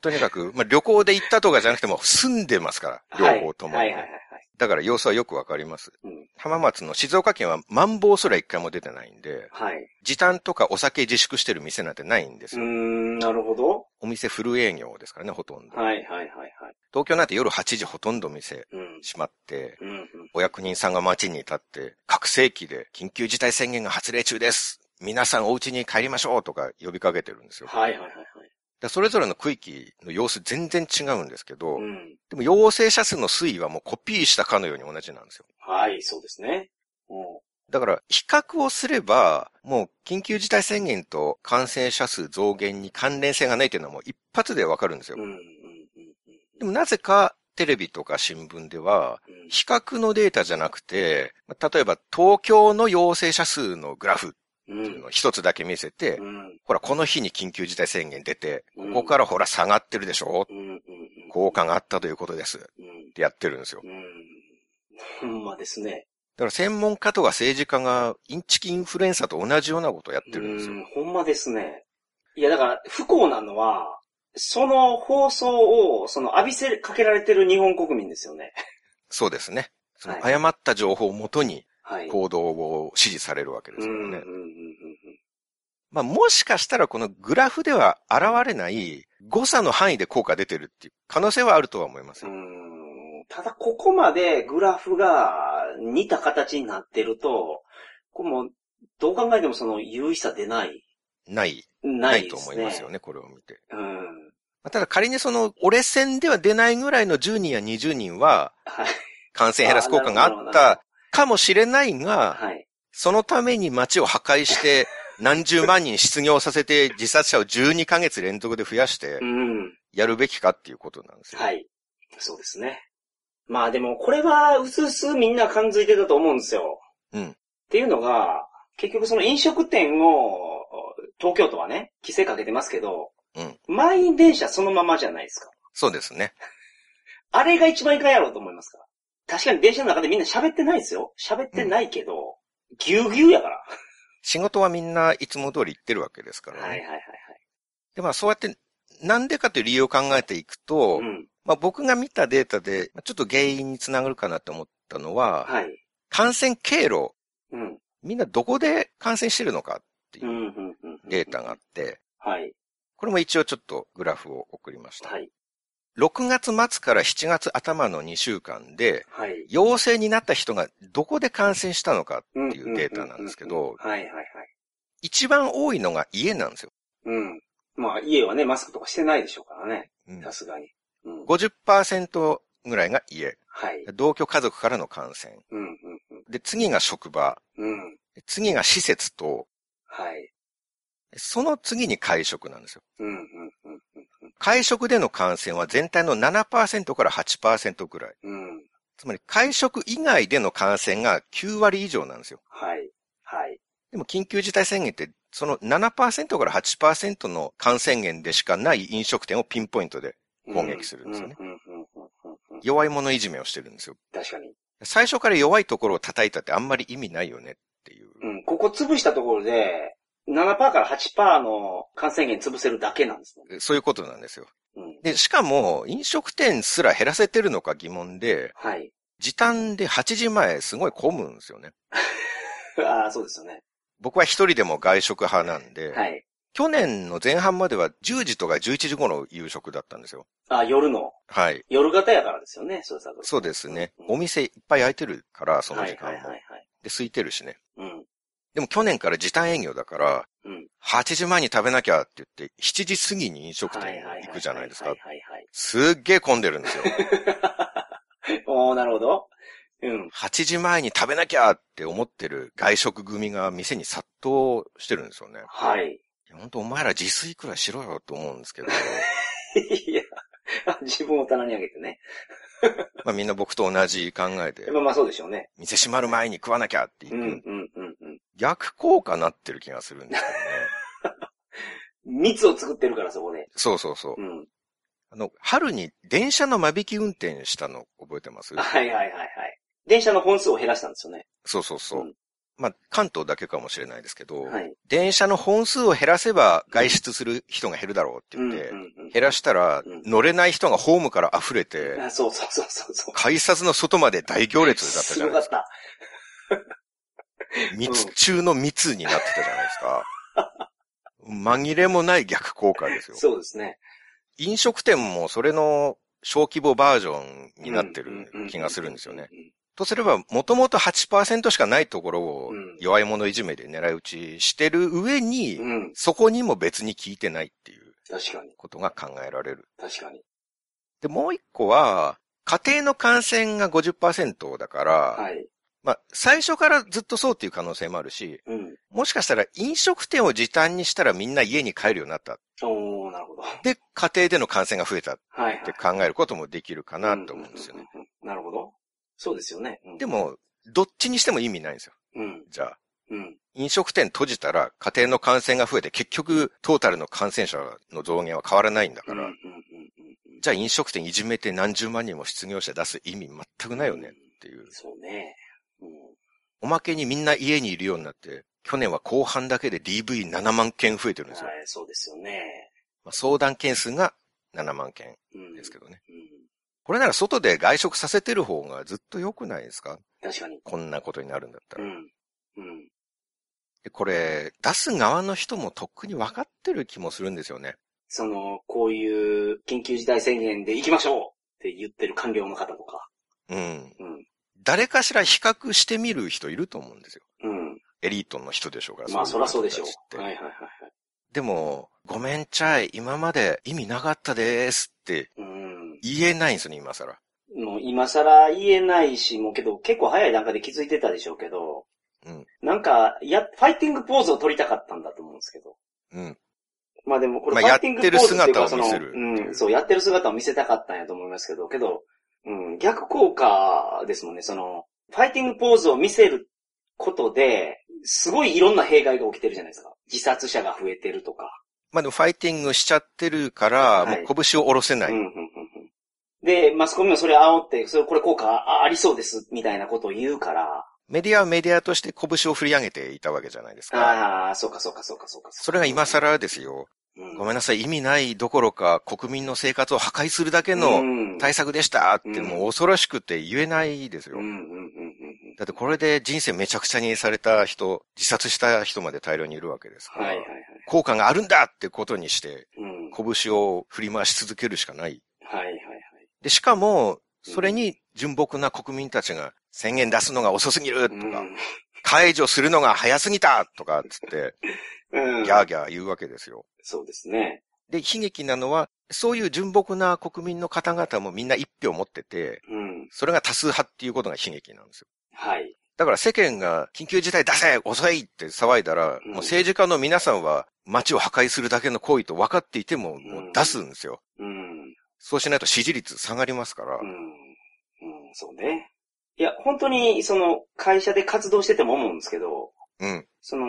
とにかく、まあ旅行で行ったとかじゃなくても住んでますから、両方とも。はいはいはいはい。だから様子はよくわかります。うん浜松の静岡県はマンボウすら一回も出てないんで、はい。時短とかお酒自粛してる店なんてないんでうすーよ。ん、なるほど。お店フル営業ですからね、ほとんど。はいはいはいはい。東京なんて夜8時ほとんど店うん。閉まって、うんうん。お役人さんが街に立って、各世紀で緊急事態宣言が発令中です皆さんお家に帰りましょうとか呼びかけてるんですよ。はいはいはいはい。でそれぞれの区域の様子全然違うんですけど、うん。でも陽性者数の推移はもうコピーしたかのように同じなんですよ。はい、そうですね。うん。だから、比較をすれば、もう緊急事態宣言と感染者数増減に関連性がないというのはもう一発でわかるんですよ。うんうんうんでもなぜか、テレビとか新聞では、うん。比較のデータじゃなくて、まあ例えば東京の陽性者数のグラフうん。っていうのを一つだけ見せて、うん。ほら、この日に緊急事態宣言出て、うこんこからほら下がってるでしょうん。うん。効果があったということです。っうん。てやってるんですよ。だうん。ほんまですね。から専門家とか政治家がインチキインフルエンサーと同じようなことをやってうるんですよ。ん。ほんまですね。いや、だから、不幸なのは、その放送を、その浴びせかけられてる日本国民ですよね。そうですね。そのはい誤った情報をもとにはい。行動を指示されるわけですうよん。うん。うねん。。うんまあもしかしたらこのグラフでは現れない誤差の範囲で効果出てるっていう可能性はあるとは思いますうよ。んただ、ここまでグラフが似た形になってると、これも、どう考えてもその優位さ出ない。ない、なないいでとす思ね。いますよね、これを見て。うん。まあただ仮にその折れ線では出ないぐらいの10人や20人ははい。感染減らす効果があったかもしれないが、はい。そのために街を破壊して何十万人失業させて自殺者を12ヶ月連続で増やしてうん。やるべきかっていうことなんですよ。はい。そうですね。まあでも、これは、うすうすみんな感づいてたと思うんですよ。うんっていうのが、結局その飲食店を、東京都はね、規制かけてますけど、うん満員電車そのままじゃないですか。そうですね。あれが一番いかんやろうと思いますから。確かに電車の中でみんな喋ってないですよ。喋ってないけど、ぎゅうぎゅうやから。仕事はみんないつも通り行ってるわけですからね。はいはいはいで、まあそうやって、なんでかという理由を考えていくと、はい。うん。まあ僕が見たデータで、まあちょっと原因につながるかなと思ったのは、はい。感染経路、うん。みんなどこで感染してるのかってうんいううんうんうん。データがあっ。て、はい。これも一応ちょっとグラフを送りました。はい。 6月末から7月頭の2週間で、はい。陽性になった人がどこで感染したのか、ていうデータなんですけどうんうんうんうんはいはいはい。一番多いのが家なんですよ。うん。まあ、家はね、マスクとかしてないでしょうからね。うんさすがに。うん。 50%ぐらいが家。はい。同居家族からの感染。うん、うん、で、次が職場。うん。うん。次が施設と、はい。その次に会食なんですよ。うん、うん、うん会食での感染は全体の7%から8%ぐらい。うん。うん。つまり会食以外での感染が9割以上なんですよ。はい。はい。でも緊急事態宣言って、その7%から8%の感染源でしかない飲食店をピンポイントで攻撃するんですよねうん、うん、うんうんうん。うん弱い者いじめをしてるんですよ。確かに。最初から弱いところを叩いたってあんまり意味ないよねっていう。うん。ここ潰したところで、7%から8%の感染源潰せるだけなんですもんね。そういうことなんですよ。うん。で、しかも飲食店すら減らせてるのか疑問で、はい。 <laughs> 時短で8時前すごい混むんですよね。ああ、そうですよね。僕は一人でも外食派なんで、はい。去年の前半までは10時とか11時頃夕食だったんですよ。あ夜の、はい。夜型やからですよね、そうさそうですねう。んお店いっぱい空いてるから、その時間はい、はい、はも。い、はい。で、空いてるしね。うん。でも去年から時短営業だから、うん。 8時前に食べなきゃって言って、7時過ぎに飲食店に行くじゃないですはかい。はいはいすっげえ混んでるんで <laughs> すよ。はいはい。おー、なるほど。うん。 8時前に食べなきゃって思ってる外食組が店に殺到してるんですよね。はい。 <laughs> 本当お前ら自炊くらいしろよと思うんで <laughs> すけど、いや、自分を棚に上げてね。まあみんな僕と同じ考えで、まあまあそうでしょうね。店閉まる前に食わなきゃっていうく、ん、うん、うん、うん。逆効果なってる気がするんですけどね。密を作ってるから、そこで。そうそうそうう。ん。あの、春に電車の間引き運転したの覚えてますはいはいはいはい。電車の本数を減らしたんですよね。そうそうそう。うんまあ関東だけかもしれないですけど、はい。電車の本数を減らせば外出する人が減るだろうってう言っん、うて、ん、うん。減らしたらうん乗れない人がホームから溢れて、あそうそうそうそうそう。改札の外まで大行列だったじゃすないごかっですか。た。密中の密になってたじゃないですか。 <laughs> 紛れもない逆効果ですよ。そうですね。飲食店もそれの小規模バージョンになってる気がするんですよね。。とすれば、もともと8%しかないところをうん弱い者いじめで狙い撃ちしてる上に、うん、うん。そこにも別に効いてないっていう確かに、ことが考えられる。確かに。で、もう一個は、家庭の感染が50%だから、はい。まあ、最初からずっとそうっていう可能性もあるし、うん。もしかしたら飲食店を時短にしたらみんな家に帰るようになった。おー、なるほど。はいで、家庭での感染が増えたっはい。て考えることもできるかなと思うんですよね。ううううん。なるほど。そうですよね。うんで、も、どっちにしても意味ないんですよ。うん、じゃあ。うん。飲食店閉じたら家庭の感染が増えて結局トータルの感染者の増減は変わらないんだうかんうんうら、んうん。じゃあ飲食店いじめて何十万人も失業者出す意味全くないよねっていう。そうね。うん。おまけにみんな家にいるようになって、去年は後半だけで DV7 万件増えてるんですよは。い、そうですよね。まあ、相談件数が7万件うん。ですけどね。うん。これなら外で外食させてる方がずっと良くないですか確かに。こんなことになるんだったうら。ん。うん。でこれ、出す側の人もとっくに分かってる気もするんですよね。その、こういう緊急事態宣言で行きましょうって言ってる官僚の方とか。うん。うん。誰かしら比較してみる人いると思うんですよ。うん。エリートの人でしょうから。まあ、そいら方そうでしょたちってう。はいはいはいはい。でも、ごめんちゃい、今まで意味なかったですってうん。言えないんですよね、今更。もう今更言えないし、もうけど結構早い段階で気づいてたでしょうけど、うん。なんか、や、ファイティングポーズを取りたかったんだと思うんですけど。うん。まあでもこれ、まあファイティングポーズっていうかやってる姿を見せるそのうん、そう、やってる姿を見せたかったんやと思いますけど、けど、うん、逆効果ですもんね、その、ファイティングポーズを見せることで、すごいいろんな弊害が起きてるじゃないですか。自殺者が増えてるとか。まあでもファイティングしちゃってるから、はいもう拳を下ろせない。うんうんうんうんで、マスコミもそれ煽って、それこれ効果あありそうです、みたいなことを言うから、メディアはメディアとして拳を振り上げていたわけじゃないですか。ああ、そうかそうかそうかそうか。それが今更ですよ。うん、ごめんなさい、意味ないどころか国民の生活を破壊するだけのの対策策でしたってうんもう恐ろしくて言えないですようん。うんうんうんだってこれで人生めちゃくちゃにされた人、自殺した人まで大量にいるわけですかうん。ら、はいはいはい。効果があるんだってことにして、うん。はい拳を振り回し続けるしかない。はいはい。で、しかも、それに純朴な国民たちが宣言出すのが遅すぎるとか、解除するのが早すぎたとかっつって、うん。うんギャーギャー言うわけですよ。そうですね。で、悲劇なのは、そういう純朴な国民の方々もみんな一票持ってて、うん。それが多数派っていうことが悲劇なんですよ。はい。だから世間が緊急事態出せ遅いって騒いだら、うんもう政治家の皆さんは街を破壊するだけの行為と分かっていても、もう出すんですよ。うん。そうしないと支持率下がりますからう。ん。うん、そうね。いや、本当に、その、会社で活動してても思うんですけど、うん。その、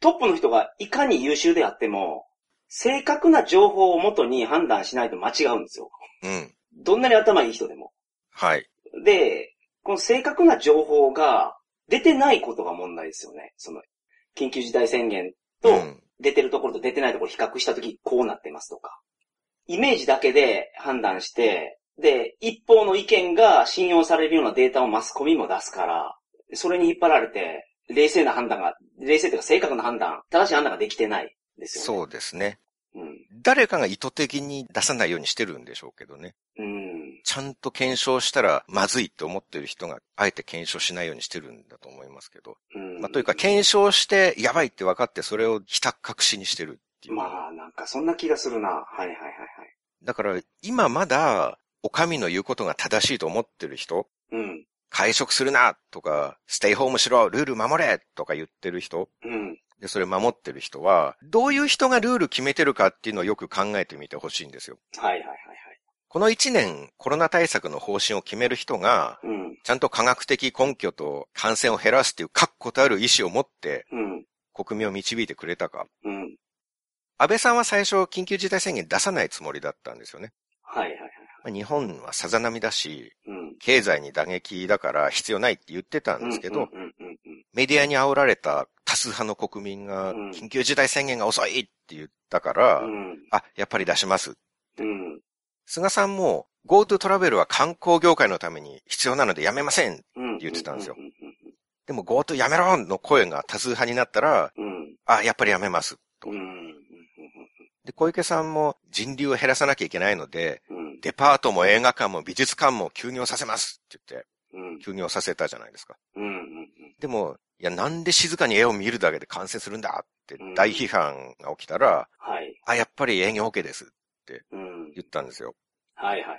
トップの人がいかに優秀であっても、正確な情報をもとに判断しないと間違うんですよ。うん。どんなに頭いい人でも。はい。で、この正確な情報が出てないことが問題ですよね。その、緊急事態宣言と、うん。出てるところと出てないところを比較したとき、こうなってますとか。イメージだけで判断して、で、一方の意見が信用されるようなデータをマスコミも出すから、それに引っ張られて、冷静な判断が、冷静というか正確な判断、正しい判断ができてないですよね。そうですね。そう。うん。誰かが意図的に出さないようにしてるんでしょうけどね。うん。ちゃんと検証したらまずいと思ってる人が、あえて検証しないようにしてるんだと思いますけど。うん。まあ、というか、検証して、やばいって分かって、それをひた隠しにしてるっていう。まあ、なんかそんな気がするな。はいはいはいだから、今まだ、お上の言うことが正しいと思ってる人、はい。うん。会食するなとか、ステイホームしろルール守れとか言ってる人、うん。で、それ守ってる人は、どういう人がルール決めてるかっていうのをよく考えてみてほしいんですよ。はいはいはいこの1年、コロナ対策の方針を決める人が、はい。うん。ちゃんと科学的根拠と感染を減らすっていう確固たる意思を持ってうん。国民を導いてくれたか。うん。安倍さんは最初緊急事態宣言出さないつもりだったんですよね。はいはいはい。まあ日本はさざ波だし、うん。経済に打撃だから必要ないって言ってたんですけど、うんうんうんうん。メディアに煽られた多数派の国民がうん緊急事態宣言が遅いって言ったから、うん。あ、やっぱり出します。うん。菅さんも GoTo トラベルは観光業界のために必要なのでやめません。言言ってたんですよ。でも GoTo やめろの声が多数派になったら、うん。あ、やっぱりやめます。うん。うんで、小池さんも人流を減らさなきゃいけないので、うん。デパートも映画館も美術館も休業させますって言って、うん。休業させたじゃないですか。うん。でも、いや、なんで静かに絵を見るだけで感染するんだってうん大批判が起きたら、はい。あ、やっぱり営業 OK です。うん。言ったんですよ。はいはいはい。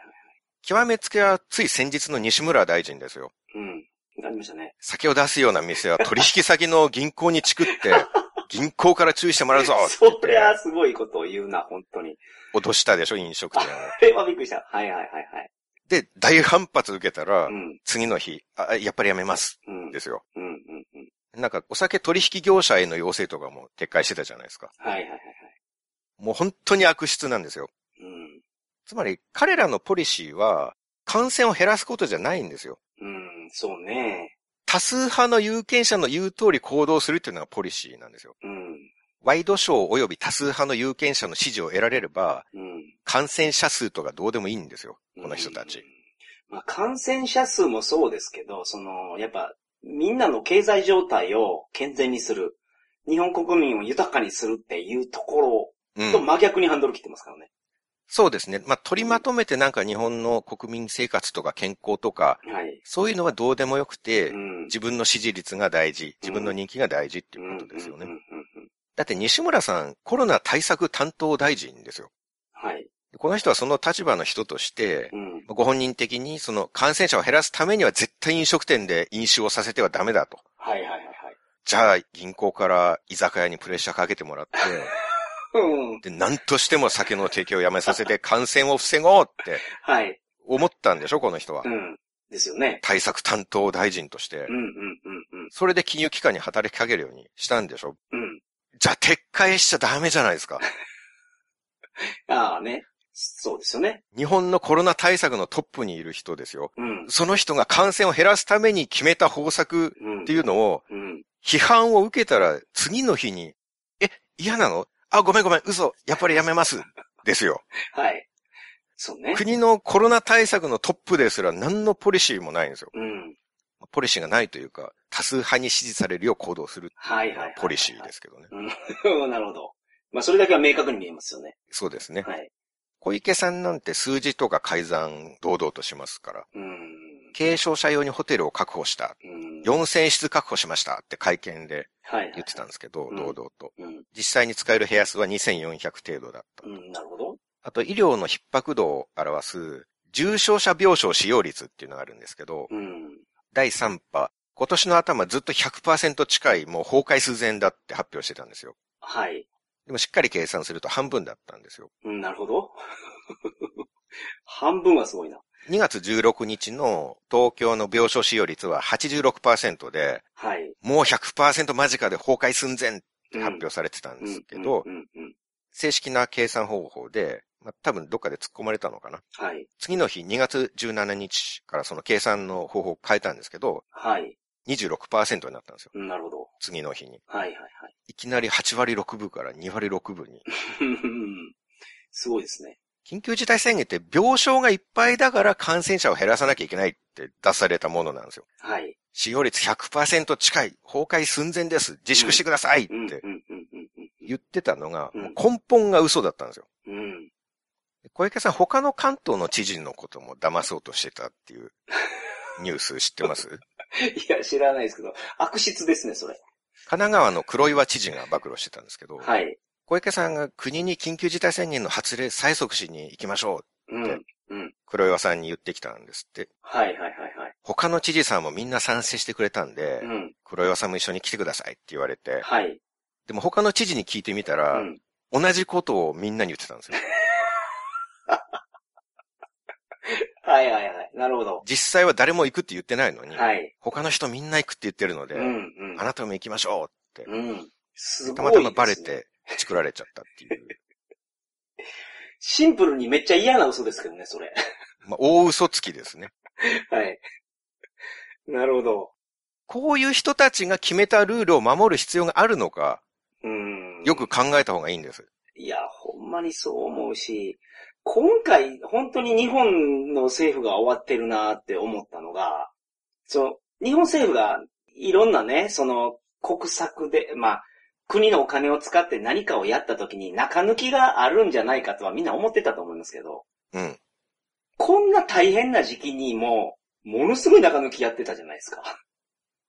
極めつけは、つい先日の西村大臣ですよ。うん。ありましたね。酒を出すような店は取引先の銀行にチ <laughs> クって、銀行から注意してもらうぞって言っそりゃて、すごいことを言うな、本当に。脅したでしょ、飲食店を。あれはびっくりした。はいはいはいはい。で、大反発受けたらう、ん。次の日、あ、やっぱりやめます。うん。ですよ。うん。うん。うん。なんか、お酒取引業者への要請とかも撤回してたじゃないですか。はいはいはいはい。もう本当に悪質なんですよ。うん。つまり、彼らのポリシーは、感染を減らすことじゃないんですよ。うん。そうね。多数派の有権者の言う通り行動するっていうのがポリシーなんですよ。うん。ワイドショー及び多数派の有権者の支持を得られれば、うん。感染者数とかどうでもいいんですよ。この人たうんち。。まあ、感染者数もそうですけど、その、やっぱ、みんなの経済状態を健全にする。日本国民を豊かにするっていうところうとん。真逆にハンドル切ってますからね。そうですね。まあ、取りまとめてなんか日本の国民生活とか健康とか、はい。そういうのはどうでもよくて、うん。自分の支持率が大事、自分の人気が大事っていうことですようんうね。んうんうんだって西村さん、コロナ対策担当大臣ですよ。はい。この人はその立場の人としてう、ん。ご本人的にその感染者を減らすためには絶対飲食店で飲酒をさせてはダメだと。はいはいはいじゃあ銀行から居酒屋にプレッシャーかけても <laughs> らって、はい。うん。で、何としても酒の提供をやめさせて感染を防ごうってはい。思ったんでしょ、この人はう。ん。ですよね。対策担当大臣としてうん。うんうんうん。それで金融機関に働きかけるようにしたんでしょ。うん。じゃあ撤回しちゃダメじゃないですか。ああね。そうですよね。日本のコロナ対策のトップにいる人ですよ。うん。その人が感染を減らすために決めた方策うん。っていうのをうん。批判を受けたら次の日に、え、嫌なのあ、ごめんごめん、嘘、やっぱりやめます。ですよ。はい。そうね。国のコロナ対策のトップですら何のポリシーもないんですよ。うん。ポリシーがないというか、多数派に支持されるよう行動するっていうのがポリシーですけどね。うんなるほど。まあ、それだけは明確に見えますよね。そうですね。はい。小池さんなんて数字とか改ざん堂々としますから、うん。軽症者用にホテルを確保した、うん。 4000室確保しましたって会見ではいはい。言ってたんですけど、うん堂々と。うん。実際に使える部屋数は2400程度だったう。ん。なるほど。あと医療の逼迫度を表す重症者病床使用率っていうのがあるんですけど、うん。第3波、今年の頭ずっと100%近いもう崩壊寸前だって発表してたんですよ。はい。でもしっかり計算すると半分だったんですよ。うん、なるほど。 <laughs> 半分はすごいな。 2月16日の東京の病床使用率は86%で、はい。もう100%間近で崩壊寸前ってうん発表されてたんですけど、うんうんうんうん正式な計算方法で、まあ、多分どっかで突っ込まれたのかな。はい。次の日2月17日からその計算の方法を変えたんですけど、はい。 26%になったんですよ。うんなるほど。次の日に。はいはい <laughs> いきなり8割6分から2割6分に。はい。うんすごいですね。緊急事態宣言って病床がいっぱいだから感染者を減らさなきゃいけないって出されたものなんですよ。はい。使用率100%近い。崩壊寸前です。自粛してくださいっうんうんてうんうんうん言ってたのが、うんもう根本が嘘だったんですよ。うん。うん。小池さん他の関東の知事のことも騙そうとしてたって <laughs> いうニュース知ってます神いや、知らないですけど、悪質ですね、それ。奈川の黒岩知事が暴露してたんですけど、はい。小池さんが国に緊急事態宣言の発令催促しに行きましょう。うん。黒岩さんに言ってきたんですって。はいはいはいはい。他の知事さんもみんな賛成してくれたんで、うん。黒岩さんも一緒に来てくださいって言われて、はい。でも他の知事に聞いてみたうら、ん。同じことをみんなに言ってたんですよ。はいはいはい。なるほど。実際は誰も行くって言ってないのに、はい。他の人みんな行くって言ってるので、うんうんあ。なたも行きましょうって、うん。すごい、たまたまバレ。て、チクられちゃったっていう。 <laughs> シンプルにめっちゃ嫌な嘘ですけどね、それ。 <laughs> まあ、大嘘つきですね。はい。なるほど。こういう人たちが決めたルールを守る必要があるのか、うん。よく考えた方がいいんです。いや、ほんまにそう思うし、今回、本当に日本の政府が終わってるなって思ったのが、その、日本政府がいろんなね、その、国策で、まあ、国のお金を使って何かをやった時に中抜きがあるんじゃないかとはみんな思ってたと思いますけど、うん。こんな大変な時期にも、ものすごい中抜きやってたじゃないですか。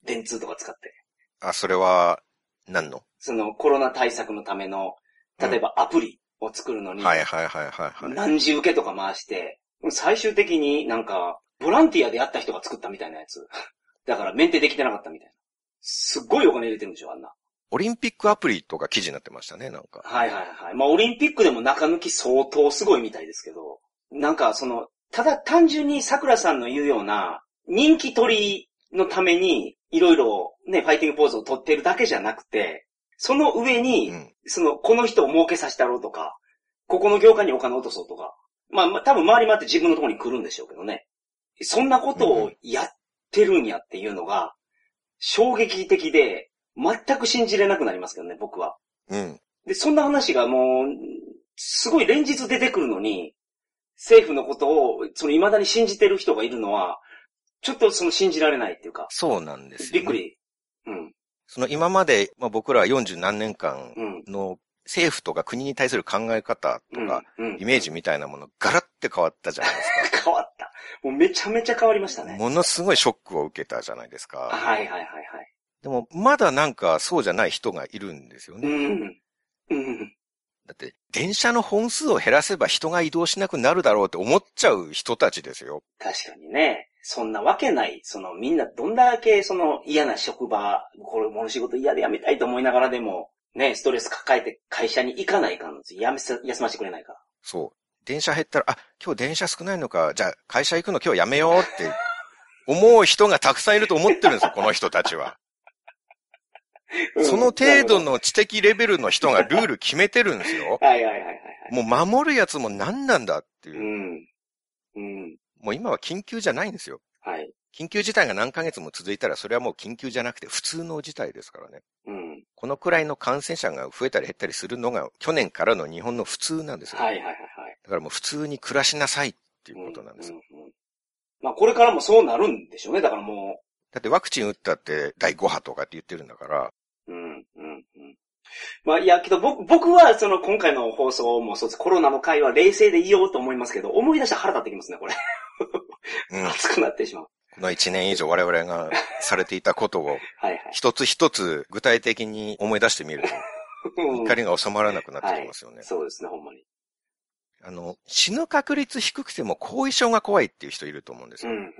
電通とか使って。あ、それは、何のそのコロナ対策のための、例えばアプリを作るのに、はいはいはいはいはい。何時受けとか回して、最終的になんか、ボランティアでやった人が作ったみたいなやつ。 <laughs> だからメンテできてなかったみたいな。すっごいお金入れてるんでしょ、あんな。オリンピックアプリとか記事になってましたね、なんか。はいはいはい。まあオリンピックでも中抜き相当すごいみたいですけど、なんかその、ただ単純に桜さんの言うような、人気取りのために、いろいろね、ファイティングポーズを取ってるだけじゃなくて、その上に、うん。その、この人を儲けさせたろうとか、ここの業界にお金落とそうとか、まあまあ、多分周り回って自分のところに来るんでしょうけどね。そんなことをやってるんやっていうのが、衝撃的で、全く信じれなくなりますけどね、僕は。うん。で、そんな話がもう、すごい連日出てくるのに、政府のことを、その未だに信じてる人がいるのは、ちょっとその信じられないっていうか、そうなんですよ、びっく。り。うん、その今まで、まあ、僕ら40何年間うん、の政府とか国に対する考え方とうんか、、うんイ。メージみたいなもの、ガラッて変わったじゃないですか。変わった。もうめちゃめちゃ変わりましたね。ものすごいショックを受けたじゃないですか。はいはいはいでも、まだなんかそうじゃない人がいるんですよはい。うね。ん。うん。だって、電車の本数を減らせば人が移動しなくなるだろうって思っちゃう人たちですよ。確かにね。そんなわけない。そのみんなどんだけその嫌な職場、これもの仕事嫌で辞めたいと思いながらでも、ね、ストレス抱えて会社に行かないかんです。辞めさ、休ませてくれないから。そう。電車減ったら、あ、今日電車少ないのか、じゃあ会社行くの今日やめようって思う人がたくさんいると思ってるんですよ、この人たちは。うんその程な度。るの知的レベルの人がルール決めてるんですよほ。どはいはいはいはいはい。もう守るやつも何なんだってういう。ん。うん。もう今は緊急じゃないんですよ。はい。緊急事態が何ヶ月も続いたら、それはもう緊急じゃなくて普通の事態ですからね。うん。このくらいの感染者が増えたり減ったりするのが、去年からの日本の普通なんですよ。はいはいはいはい。だからもう普通に暮らしなさいっていうことなんですよ。うんうんまあこれからもそうなるんでしょうね。だからもだってワクチン打ったって第5波とかって言ってるんだから、う。うん、うん、うん。まあいや、けど僕、僕はその今回の放送もそうです。コロナの回は冷静でいようと思いますけど、思い出したら腹立ってきますね、これ。 <laughs> うん、こ熱くなってしまう。の1年以上我々がされていたことを、はいはい。一つ一つ具体的に思い出してみると、怒りが収まらなくなってきますよね。そうですね、ほんまに。あの、死ぬ確率低くても後遺症が怖いっていう人いると思うんですうよ。ん、うん、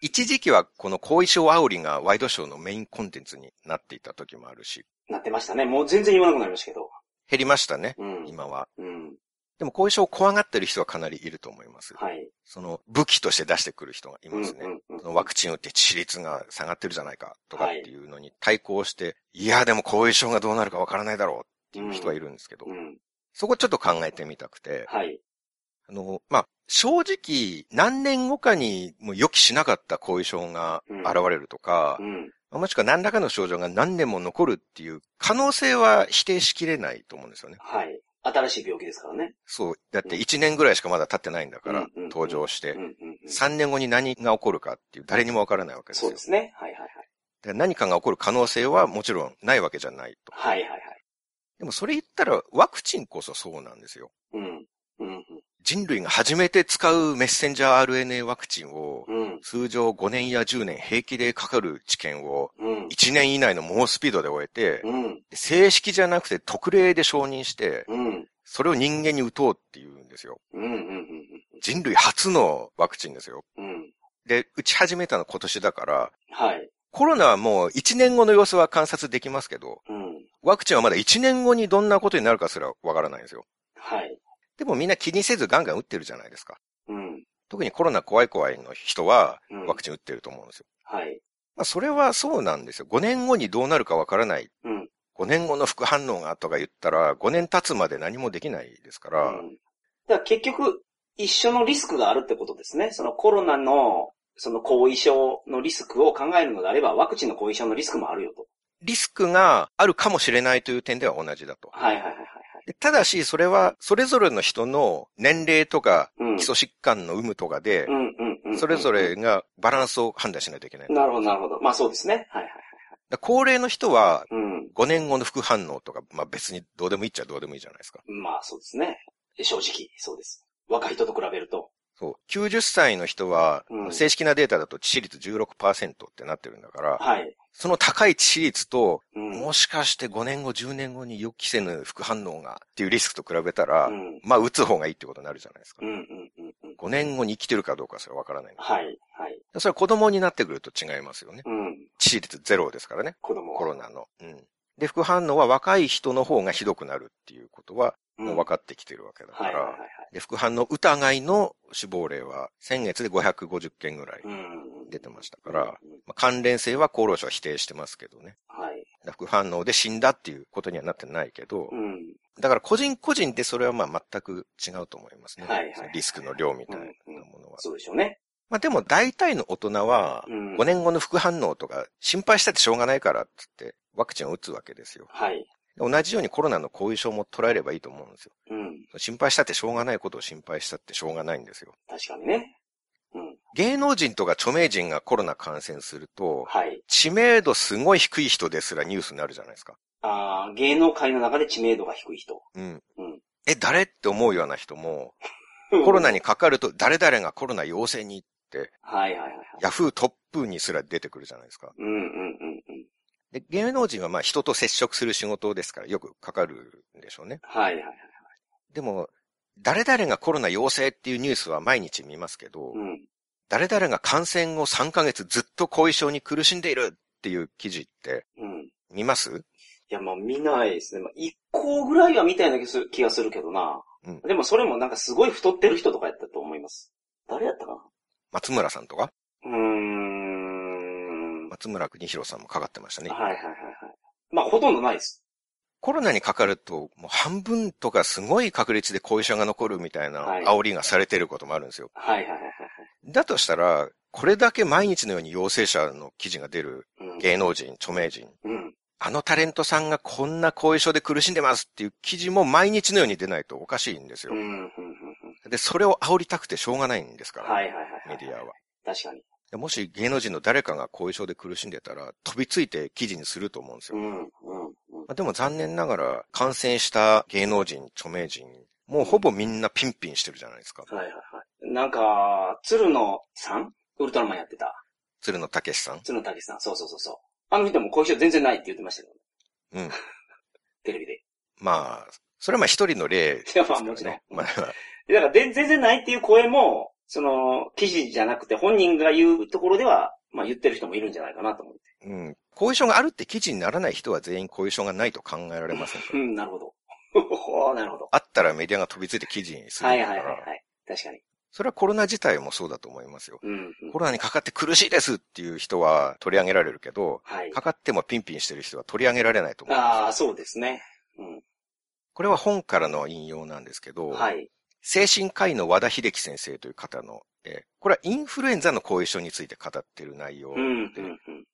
一時期はこの後遺症煽りがワイドショーのメインコンテンツになっていた時もあるし、なってましたね。もう全然言わなくなりましたけど。減りましたね、うん。今は。うん。でも後遺症を怖がってる人はかなりいると思います。はい。その武器として出してくる人がいうん、まうすね。んうん。そのワクチン打って致死率が下がってるじゃないかとかっていうのに対抗して、い、や、でも後遺症がどうなるかわからないだろうっていう人がいるんですけど、うん。そこちょっと考えてみたくて、はい。あの、まあ、正直何年後かにもう予期しなかった後遺症が現れるとかう、ん。もしくは何らかの症状が何年も残るっていう可能性は否定しきれないと思うんですよね。はい。新しい病気ですからね。そう。だって1年ぐらいしかまだ経ってないんだからうんうんうん登場しうてん、う、ん、うん。 3年後に何が起こるかっていう誰にもわからないわけですそうよで。すね。はい、はい、はい。で何かが起こる可能性はもちろんないわけじゃないと。はいはいはい。でもそれ言ったらワクチンこそそうなんですよ。うん。うん。人類が初めて使うメッセンジャー RNA ワクチンをうん。通常5年や10年平気でかかる治験をうん。 1年以内の猛スピードで終えて、うん。正式じゃなくて特例で承認して、うん。それを人間に打とうっていうんですよ。うん。うん。人類初のワクチンですよ。うん。うん。で、打ち始めたの今年だから、はい。コロナはもう1年後の様子は観察できますけど、うん。ワクチンはまだ1年後にどんなことになるかすらわからないんですよ。はい。でもみんな気にせずガンガン打ってるじゃないですか。うん。特にコロナ怖い怖いの人はうんワクチン打ってると思うんですよ。はい。まあそれはそうなんですよ。5年後にどうなるかわからない。うん。 5年後の副反応がとか言ったら、5年経つまで何もできないですかうら、ん。だから結局、一緒のリスクがあるってことですね。そのコロナの、その後遺症のリスクを考えるのであれば、ワクチンの後遺症のリスクもあるよと。リスクがあるかもしれないという点では同じだと。はいはいはいはい。でただし、それはそれぞれの人の年齢とかうん基。礎疾患の有無とかでう、んうんうん。それぞ。れがバランスを判断しないといけない。だかなるほどなるほど。まあそうですね。はいはいら高齢の人ははい。 5年後の副反応とか、まあ別にどうでもいいっちゃどうでもいいじゃないですか。うん。まあそうですね。正直、そうです。若い人と比べると。そう。90歳の人はう、ん正式なデータだと致死率16%ってなってるんだから、はい。その高い致死率と、うん。もしかして5年後、10年後に予期せぬ副反応がっていうリスクと比べたらう、ん。まあ打つ方がいいってことになるじゃないですかう。んうんうんうん。 5年後に生きてるかどうかそれはわからない。はい、はい。それは子供になってくると違いますよね。うん。致死率ゼロですからね。子供はコロナの。うん。で、副反応は若い人の方がひどくなるっていうことは、もうか分かってきてるわけだかはい、はい、はら。で、副反応疑いの死亡例は、先月で550件ぐらいい。うん。出てましたたから、まあ、関連性は厚労省は否定してますけどね。はい。だから副反応で死んだっていうことにはなってないけどう、ん。だから個人個人でそれはまあ全く違うと思いますね。はいはいそのリスクの量みたいなものは。そうでしょうね。まあでも大体の大人は、うん。 5年後の副反応とか心配したってしょうがないからってって、ワクチンを打つわけですよ。はい。同じようにコロナの後遺症も捉えればいいと思うんですよ。うん。心配したってしょうがないことを心配したってしょうがないんですよ。確かにね。うん。芸能人とか著名人がコロナ感染すると、はい。知名度すごい低い人ですらニュースになるじゃないですか。ああ、芸能界の中で知名度が低い人。うん。うんえ、誰って思うような人も、コロナにかかると誰々がコロナ陽性に、はい、はい、はい。ヤフートップにすら出てくるじゃないですか。うん、うん、うん、うん。で、芸能人はまあ人と接触する仕事ですからよくかかるんでしょうね。はい、はい、はい。でも、誰々がコロナ陽性っていうニュースは毎日見ますけど、うん。誰々が感染後3ヶ月ずっと後遺症に苦しんでいるっていう記事ってうん。い見ますや、まあ見ないですね。まあ、一個ぐらいは見たような気がする気がするけどな。うんでもそれもなんかすごい太ってる人とかやったと思います。誰やったかな松村さんとかうーん。は松村邦弘さんもかかってましたいね。はいはいはい。まあ、ほとんどないです。コロナにかかると、もう半分とかすごい確率で後遺症が残るみたいなはい煽りがされてることもあるんですよ。はいはいはいだとしたら、これだけ毎日のように陽性者の記事が出るはい。芸能人、著名人、うん。うん。あのタレントさんがこんな後遺症で苦しんでますっていう記事も毎日のように出ないとおかしいんですうよ。ん。うん。うんで、それを煽りたくてしょうがないんですから、はいはいはい。メディアは。確かに。でもし芸能人の誰かが後遺症で苦しんでたら、飛びついて記事にすると思うんですうよ。ん。うん。うんまあ、でも残念ながら、感染した芸能人、著名人、もうほぼみんなピンピンしてるじゃないですか。はいはいはい。なんか、鶴野さんウルトラマンやってた。鶴野武さん。鶴野武さん。そうそうそうそう。あの人も後遺症全然ないって言ってましたけど、うん。テ <laughs> レビで。まあ、それはまあ一人の例ですいやかまあらもちろんね。まあ、でだからで全然ないっていう声も、その、記事じゃなくて本人が言うところでは、まあ言ってる人もいるんじゃないかなと思って。うん。後遺症があるって記事にならない人は全員後遺症がないと考えられませんかうら。ん、なるほど。 <laughs> ほほなるほど。あったらメディアが飛びついて記事にするんはだいかはいはいはら、い。確かに。それはコロナ自体もそうだと思いますよ。うん、うん。コロナにかかって苦しいですっていう人は取り上げられるけど、はい。かかってもピンピンしてる人は取り上げられないと思う。ああ、そうですね。うこれは本からの引用なんですけど、ん。はい。精神科医の和田秀樹先生という方の、えーこれはインフルエンザの後遺症について語ってる内容、うん、うん、うん。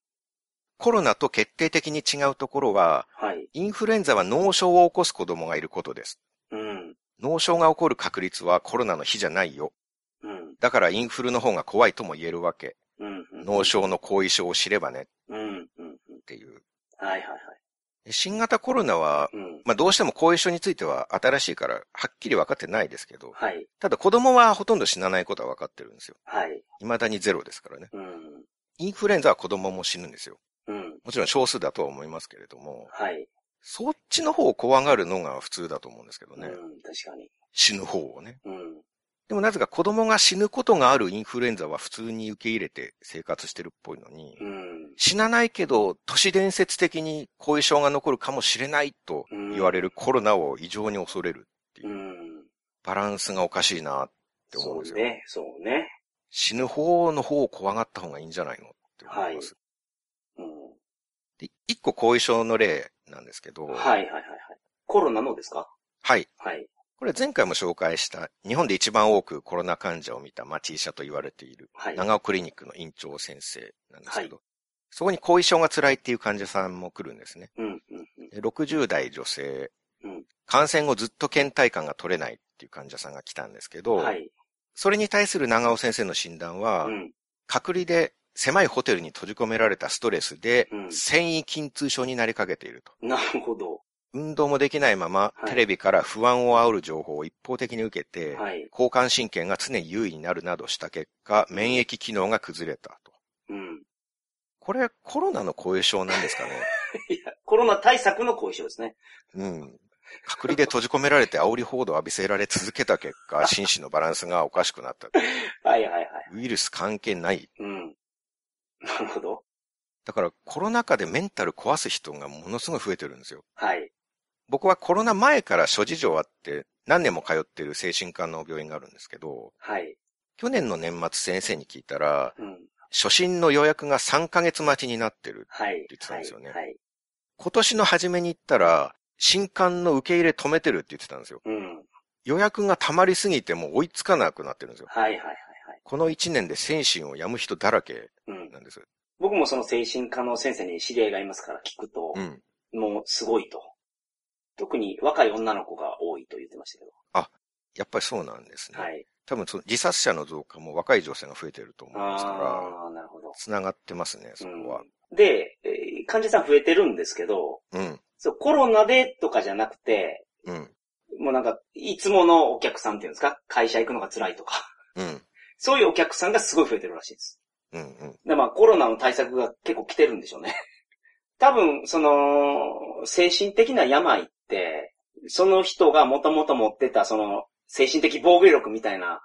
コロナと決定的に違うところは、はい。インフルエンザは脳症を起こす子供がいることです。うん、脳症が起こる確率はコロナの比じゃないよ。うん、だからインフルの方が怖いとも言えるわけ。うん。うん脳。症の後遺症を知ればねうん、うん。っていう。はいはいはい。で新型コロナは、うん。まあどうしても後遺症については新しいからはっきり分かってないですけど、はい、ただ子供はほとんど死なないことは分かってるんですよ。はい。未だにゼロですからね。うん、インフルエンザは子供も死ぬんですよ。うん。もちろん少数だとは思いますけれども、はい。そっちの方を怖がるのが普通だと思うんですけどうん、ね。確かに。死ぬ方をね。うん。でもなぜか子供が死ぬことがあるインフルエンザは普通に受け入れて生活してるっぽいのに、うん。死なないけど都市伝説的に後遺症が残るかもしれないと言われるコロナを異常に恐れる。うん。バランスがおかしいなって思うんですそうよ。ね、そうね。死ぬ方の方を怖がった方がいいんじゃないのって思います。うん。で、一個後遺症の例なんですけど、はい、はい、はい、はい。コロナのですかはい。はい。これ前回も紹介した、日本で一番多くコロナ患者を見た町医者と言われている、はい。長尾クリニックの院長先生なんですけど、そこに後遺症が辛いっていう患者さんも来るんですね。うん、うん、うん。で60代女性、うん感染後ずっと倦怠感が取れないっていう患者さんが来たんですけど、はい。それに対する長尾先生の診断は、うん。隔離で狭いホテルに閉じ込められたストレスで、うん繊維筋痛症になりかけていると。なるほど。運動もできないまま、はいテレビから不安を煽る情報を一方的に受けて、はい。交感神経が常に優位になるなどした結果、免疫機能が崩れたと。うん。これ、コロナの後遺症なんですかねいや、コロナ対策の後遺症ですね。うん。隔離で閉じ込められて煽り報道を浴びせられ続けた結果、心身のバランスがおかしくなった。はいはいはい。ウイルス関係ない。うん。なるほど。だから、コロナ禍でメンタル壊す人がものすごい増えてるんですよ。はい。僕はコロナ前から諸事情あって、何年も通ってる精神科の病院があるんですけど、はい。去年の年末先生に聞いたら、うん。初診の予約が3ヶ月待ちになってる。はい。言ってたんですよねはい。はい今年の初めに行ったら、新刊の受け入れ止めてるって言ってたんですよ。うん。予約が溜まりすぎてもう追いつかなくなってるんですよ。はいはいはいはい。この1年で精神を病む人だらけうん。なんです。僕もその精神科の先生に知り合いがいますから聞くとう、ん。もうすごいと。特に若い女の子が多いと言ってましたけやっぱりそうなんですね。ど。はい。多分その自殺者の増加も若い女性が増えてると思いますから、ああ、なるほど。繋がってますね、そこは。うん、で、えー患者さん増えてるんですけど、うん。そう、コロナでとかじゃなくて、うん。もうなんか、いつものお客さんっていうんですか会社行くのが辛いとか。 <laughs> うん。そういうお客さんがすごい増えてるらしいです。うん。うん。で、まあコロナの対策が結構来てるんでしょうね。 <laughs> 多分、その、精神的な病って、その人がもともと持ってた、その、精神的防御力みたいな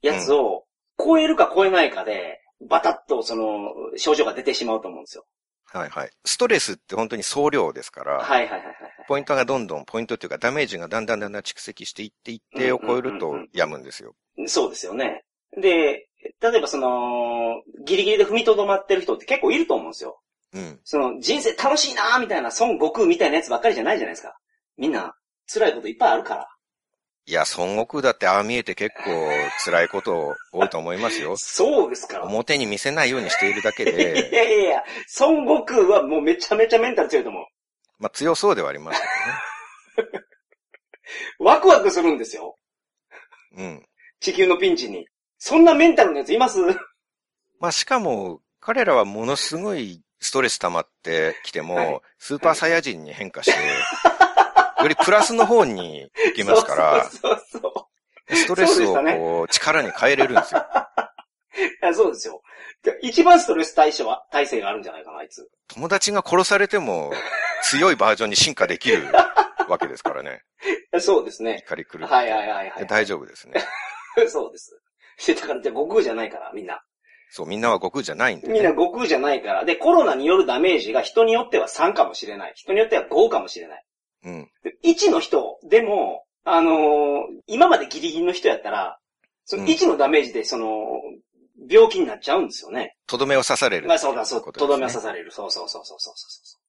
やつを、超えるか超えないかで、バタッとその、症状が出てしまうと思うんですよ。はいはい。ストレスって本当に総量ですかはら、いはいはいはい。ポイントがどんどん、ポイントっていうかダメージがだんだんだんだん蓄積していって一定を超えるうんうとんうんうん病むんですよ。そうですよね。で、例えばその、ギリギリで踏みとどまってる人って結構いると思うんですよ。うん。その、人生楽しいなーみたいな、孫悟空みたいなやつばっかりじゃないじゃないですか。みんな辛いこといっぱいあるから。。いや、孫悟空だってああ見えて結構辛いこと多いと思いますよそうですから。表に見せないようにしているだけいやい <laughs> で、やいや、孫悟空はもうめちゃめちゃメンタル強いと思まあ強そうではありますけう。ワクワクするんですよ。どね。うん。地球のピンチに。そんなメンタルのやついますまあしかも、彼らはものすごいストレス溜まってきても、はいスーパーサイヤ人に変化して、 <laughs> よりプラスの方に行きますから、そうそうそうストレスをそうでしたこう、力に変えれるんですよ。いやそうですよ。で一番ストレス対処は、体制があるんじゃないかな、あいつ。友達が殺されても、強いバージョンに進化でき <laughs> るわけですからね。そうですね。怒り狂って。はいはいはいはい。大丈夫ですね。 <laughs> そうです。でだから、じゃあ悟空じゃないから、みんな。そう、みんなは悟空じゃないんで、ね。みんな悟空じゃないから。で、コロナによるダメージが人によっては3かもしれない。人によっては5かもしれない。うん。で1の人でも、あのー今までギリギリの人やったら、そのうん1のダメージで、その、病気になっちゃうんですよね。とどめを刺される。まあそうだ、そう、こととですねどめは刺される。そうそうそうそうそうそうそう。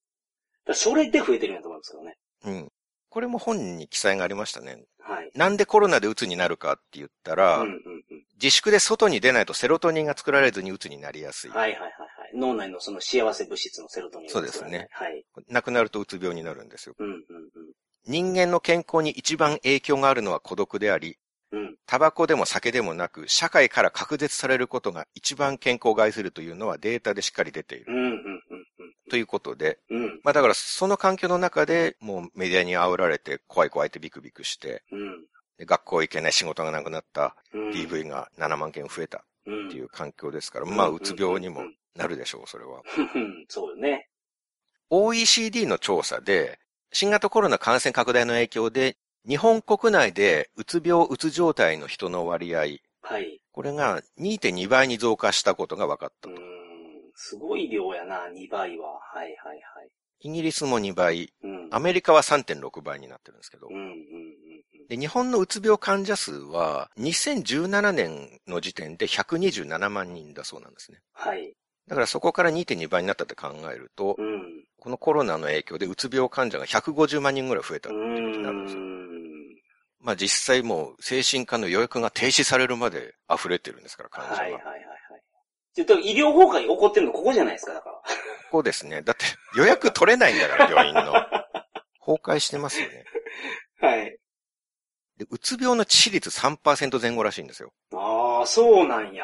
だからそれで増えてるんやと思いますけどね。うん。これも本に記載がありましたね。はい。なんでコロナで鬱になるかって言ったら、うんうんうん。自粛で外に出ないとセロトニンが作られずに鬱になりやすい。はいはいはいはい。脳内のその幸せ物質のセロトニン。そうですね。はい。亡くなるとうつ病になるんですよ。うんうん人間の健康に一番影響があるのは孤独であり、うん。うん。タバコでも酒でもなく、社会から隔絶されることが一番健康を害するというのはデータでしっかり出ている。うんうんうんということで、うん。うん。まあだからその環境の中でもうメディアに煽られて怖い怖いってビクビクして、うん。で学校行けない仕事がなくなった、うん。 DV が7万件増えたっっていう環境ですから、まあうつ病にもなるでしょう、それは。うんそうよね。 OECD の調査で、新型コロナ感染拡大の影響で、日本国内でうつ病、うつ状態の人の割合、はい。これが2.2倍に増加したことが分かっうたーんと。すごい量やな、2倍は。はいはいはい。イギリスも2倍、うん。アメリカは3.6倍になってるんですけどうん、うんうんで日本のうつ病患者数は2017年の時点で127万人だそうなんですね。はい。だからそこから2.2倍になったって考えるとう、ん。このコロナの影響でうつ病患者が150万人ぐらい増えたっていうことになるんですよ。うーんまあ実際もう精神科の予約が停止されるまで溢れてるんですから、患者が。はいはいはいはい。ちょっと医療崩壊起こってるのここじゃないですか、だから。ここですね。だって予約取れないんだから、病院 <laughs> の。崩壊してますよね。はい。でうつ病の致死率3%前後らしいんですよ。ああ、そうなんや。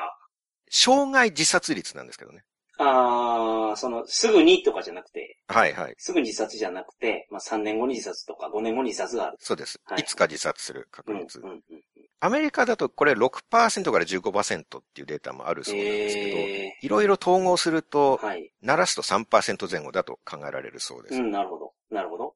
障害自殺率なんですけどね。ああ、その、すぐにとかじゃなくて、はいはい。すぐに自殺じゃなくて、まあ3年後に自殺とか5年後に自殺がある。そうです。はいいつか自殺する確うん。うん率。うん。アメリカだとこれ6%から15%っていうデータもあるそうなんですけど、えいろいろ統合するーと、はい。鳴らすと3%前後だと考えられるそうです。う、うんなるほど。なるほど。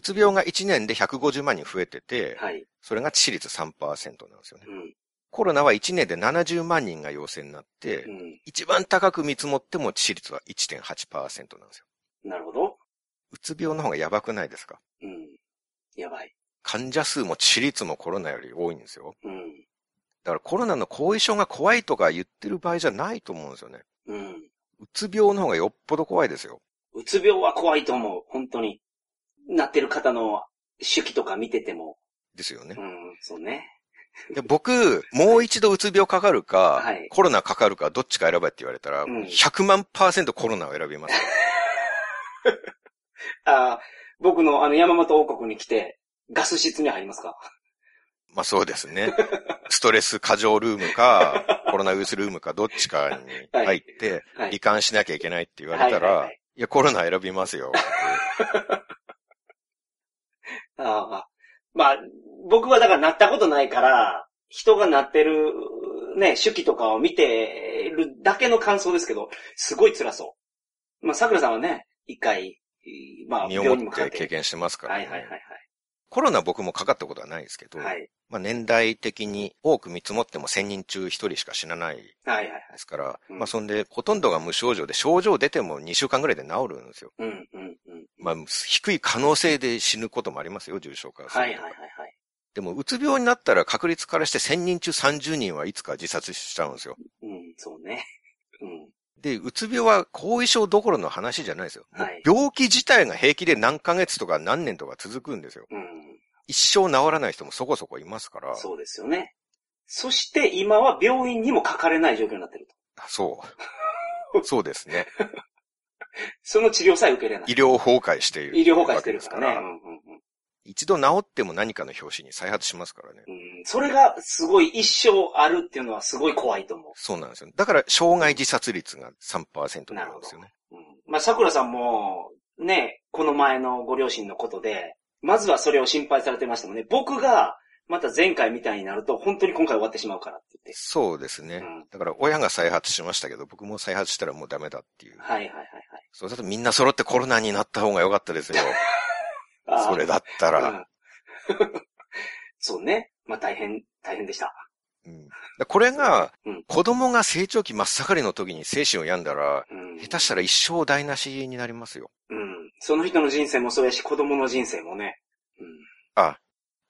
つ病が1年で150万人増えてて、はい。それが致死率3%なんですよねう。ん。コロナは1年で70万人が陽性になって、うん。一番高く見積もっても致死率は1.8%なんですよ。なるほど。うつ病の方がやばくないですかうん。やばい。患者数も致死率もコロナより多いんですよ。うん。だからコロナの後遺症が怖いとか言ってる場合じゃないと思うんですよね。うん。うつ病の方がよっぽど怖いですよ。うつ病は怖いと思う。本当に。なってる方の手記とか見てても。ですよねう。ん。そうね。で僕、もう一度うつ病かかるか、はいコロナかかるか、どっちか選べって言われたら、うん100万パーセントコロナを選びますよ。 <laughs> ああ、僕のあの山本王国に来て、ガス室に入りますかまあそうですね。ストレス過剰ルームか、コロナウイルスルームか、どっちかに入って、は罹い。患しなきゃいけないって言われはいたら、いはいはいや、コロナ選びますよ。ああ。まあ、僕はだからなったことないから、人がなってる、ね、手記とかを見てるだけの感想ですけど、すごい辛そう。まあ、桜さんはね、一回、まあ、身病を院にももっかかってて。経験してますから、はねいはいはいコロナ僕もかかったことはないですけど、はい。はい。まあ年代的に多く見積もっても1000人中1人しか死なないではいはいはい。すから、うんまあそんで、ほとんどが無症状で、症状出ても2週間ぐらいで治るんですよ。うんうんうん。まあ、低い可能性で死ぬこともありますよ、重症化するとかはいはいはいはい。でも、うつ病になったら確率からして1000人中30人はいつか自殺しちゃうんですよ。うん、そう <laughs> ね。うん。で、うつ病は後遺症どころの話じゃないですよ。もうはい病気自体が平気で何ヶ月とか何年とか続くんですよ。うん。一生治らない人もそこそこいますから、そうですよね。そして今は病院にもかかれない状況になってると。あそう。 <laughs> そうですね。その治療さえ受けれない医。療崩壊している。医療崩壊してるかわけですらね。うんうんうん一度治っても何かの表紙に再発しますからね。うんそれがすごい一生あるっていうのはすごい怖いと思そうなんですよ。だから、傷害自殺率が3%なんですよね。う。うん、まあ、桜さんも、ね、この前のご両親のことで、まずはそれを心配されてましたもんね。僕が、また前回みたいになると、本当に今回終わってしまうからって言って。そうですね。うんだから、親が再発しましたけど、僕も再発したらもうダメだっていう。はいはいはいそうだとみんな揃ってコロナになった方が良かったで <laughs> すよ。はい。それだっかた。ら <laughs> そうね。まあ、大変、大変でした。うんだからこれがうん、子供が成長期真っ盛りの時に精神を病んだら、うん。下手したら一生台無しになりますよ。うん。その人の人生もそうやし、子供の人生もね。あ、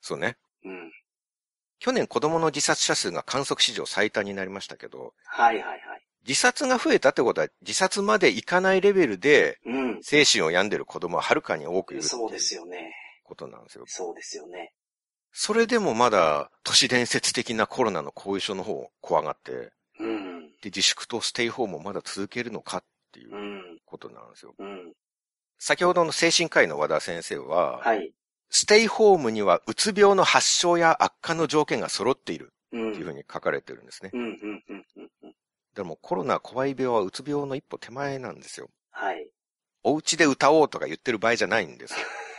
そうね。うん。うん。去年子供の自殺者数が観測史上最多になりましたけど、はいはいはい。自殺が増えたってことは、自殺までいかないレベルで、うん。精神を病んでる子供ははるかに多くいるっていそうですうよね。ことなんですよ。そうですよね。それでもまだ、都市伝説的なコロナの後遺症の方を怖がって、うん。。で、自粛とステイホームをまだ続けるのかっていううんことなんですよ。うん。先ほどの精神科医の和田先生は、はい。ステイホームにはうつ病の発症や悪化の条件が揃っているうん。っていうふうに書かれてるんですね。うん。うん。うん。うん。うん。でもうコロナ怖い病はうつ病の一歩手前なんですよ。はい。お家で歌おうとか言ってる場合じゃない <laughs> んです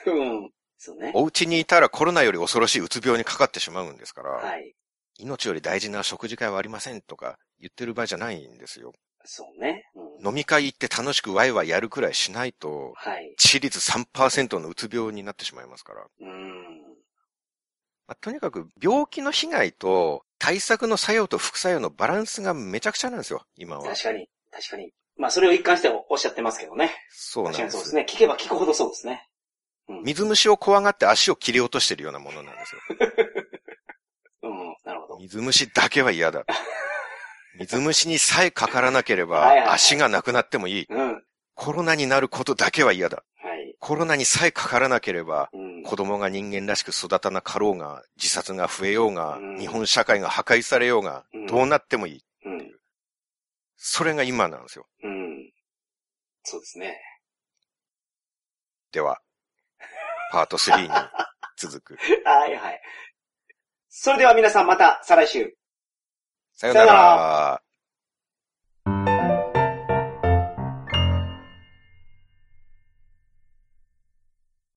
よ。うん。そうね。お家にいたらコロナより恐ろしいうつ病にかかってしまうんですから、はい。命より大事な食事会はありませんとか言ってる場合じゃないんですよ。そうね。うん。飲み会行って楽しくワイワイやるくらいしないと、はい。致死率3%のうつ病になってしまいますから。うん。まあとにかく病気の被害と対策の作用と副作用のバランスがめちゃくちゃなんですよ、今は。確かに。確かに。まあ、それを一貫しておっしゃってますけどね。そうなん確かでにそうすですね。聞けば聞くほどそうですね。うん。水虫を怖がって足を切り落としてるようなものなんですよ。うん。なるほど。水虫だけは <laughs> 嫌だ。水虫にさえかからなけれはいはいはいば足がなくなってもいい。うん。はコロナになることだけは嫌だ。い。コロナにさえかからなければうん。子供が人間らしく育たなかろうが、自殺が増えようがうん、日本社会が破壊されようがうん、どうなってもいい。うん。それが今なんですよ。うん。そうです <laughs> ね。では、パート3に続く。はいはい。それでは皆さんまた再来週。さようさなようなら。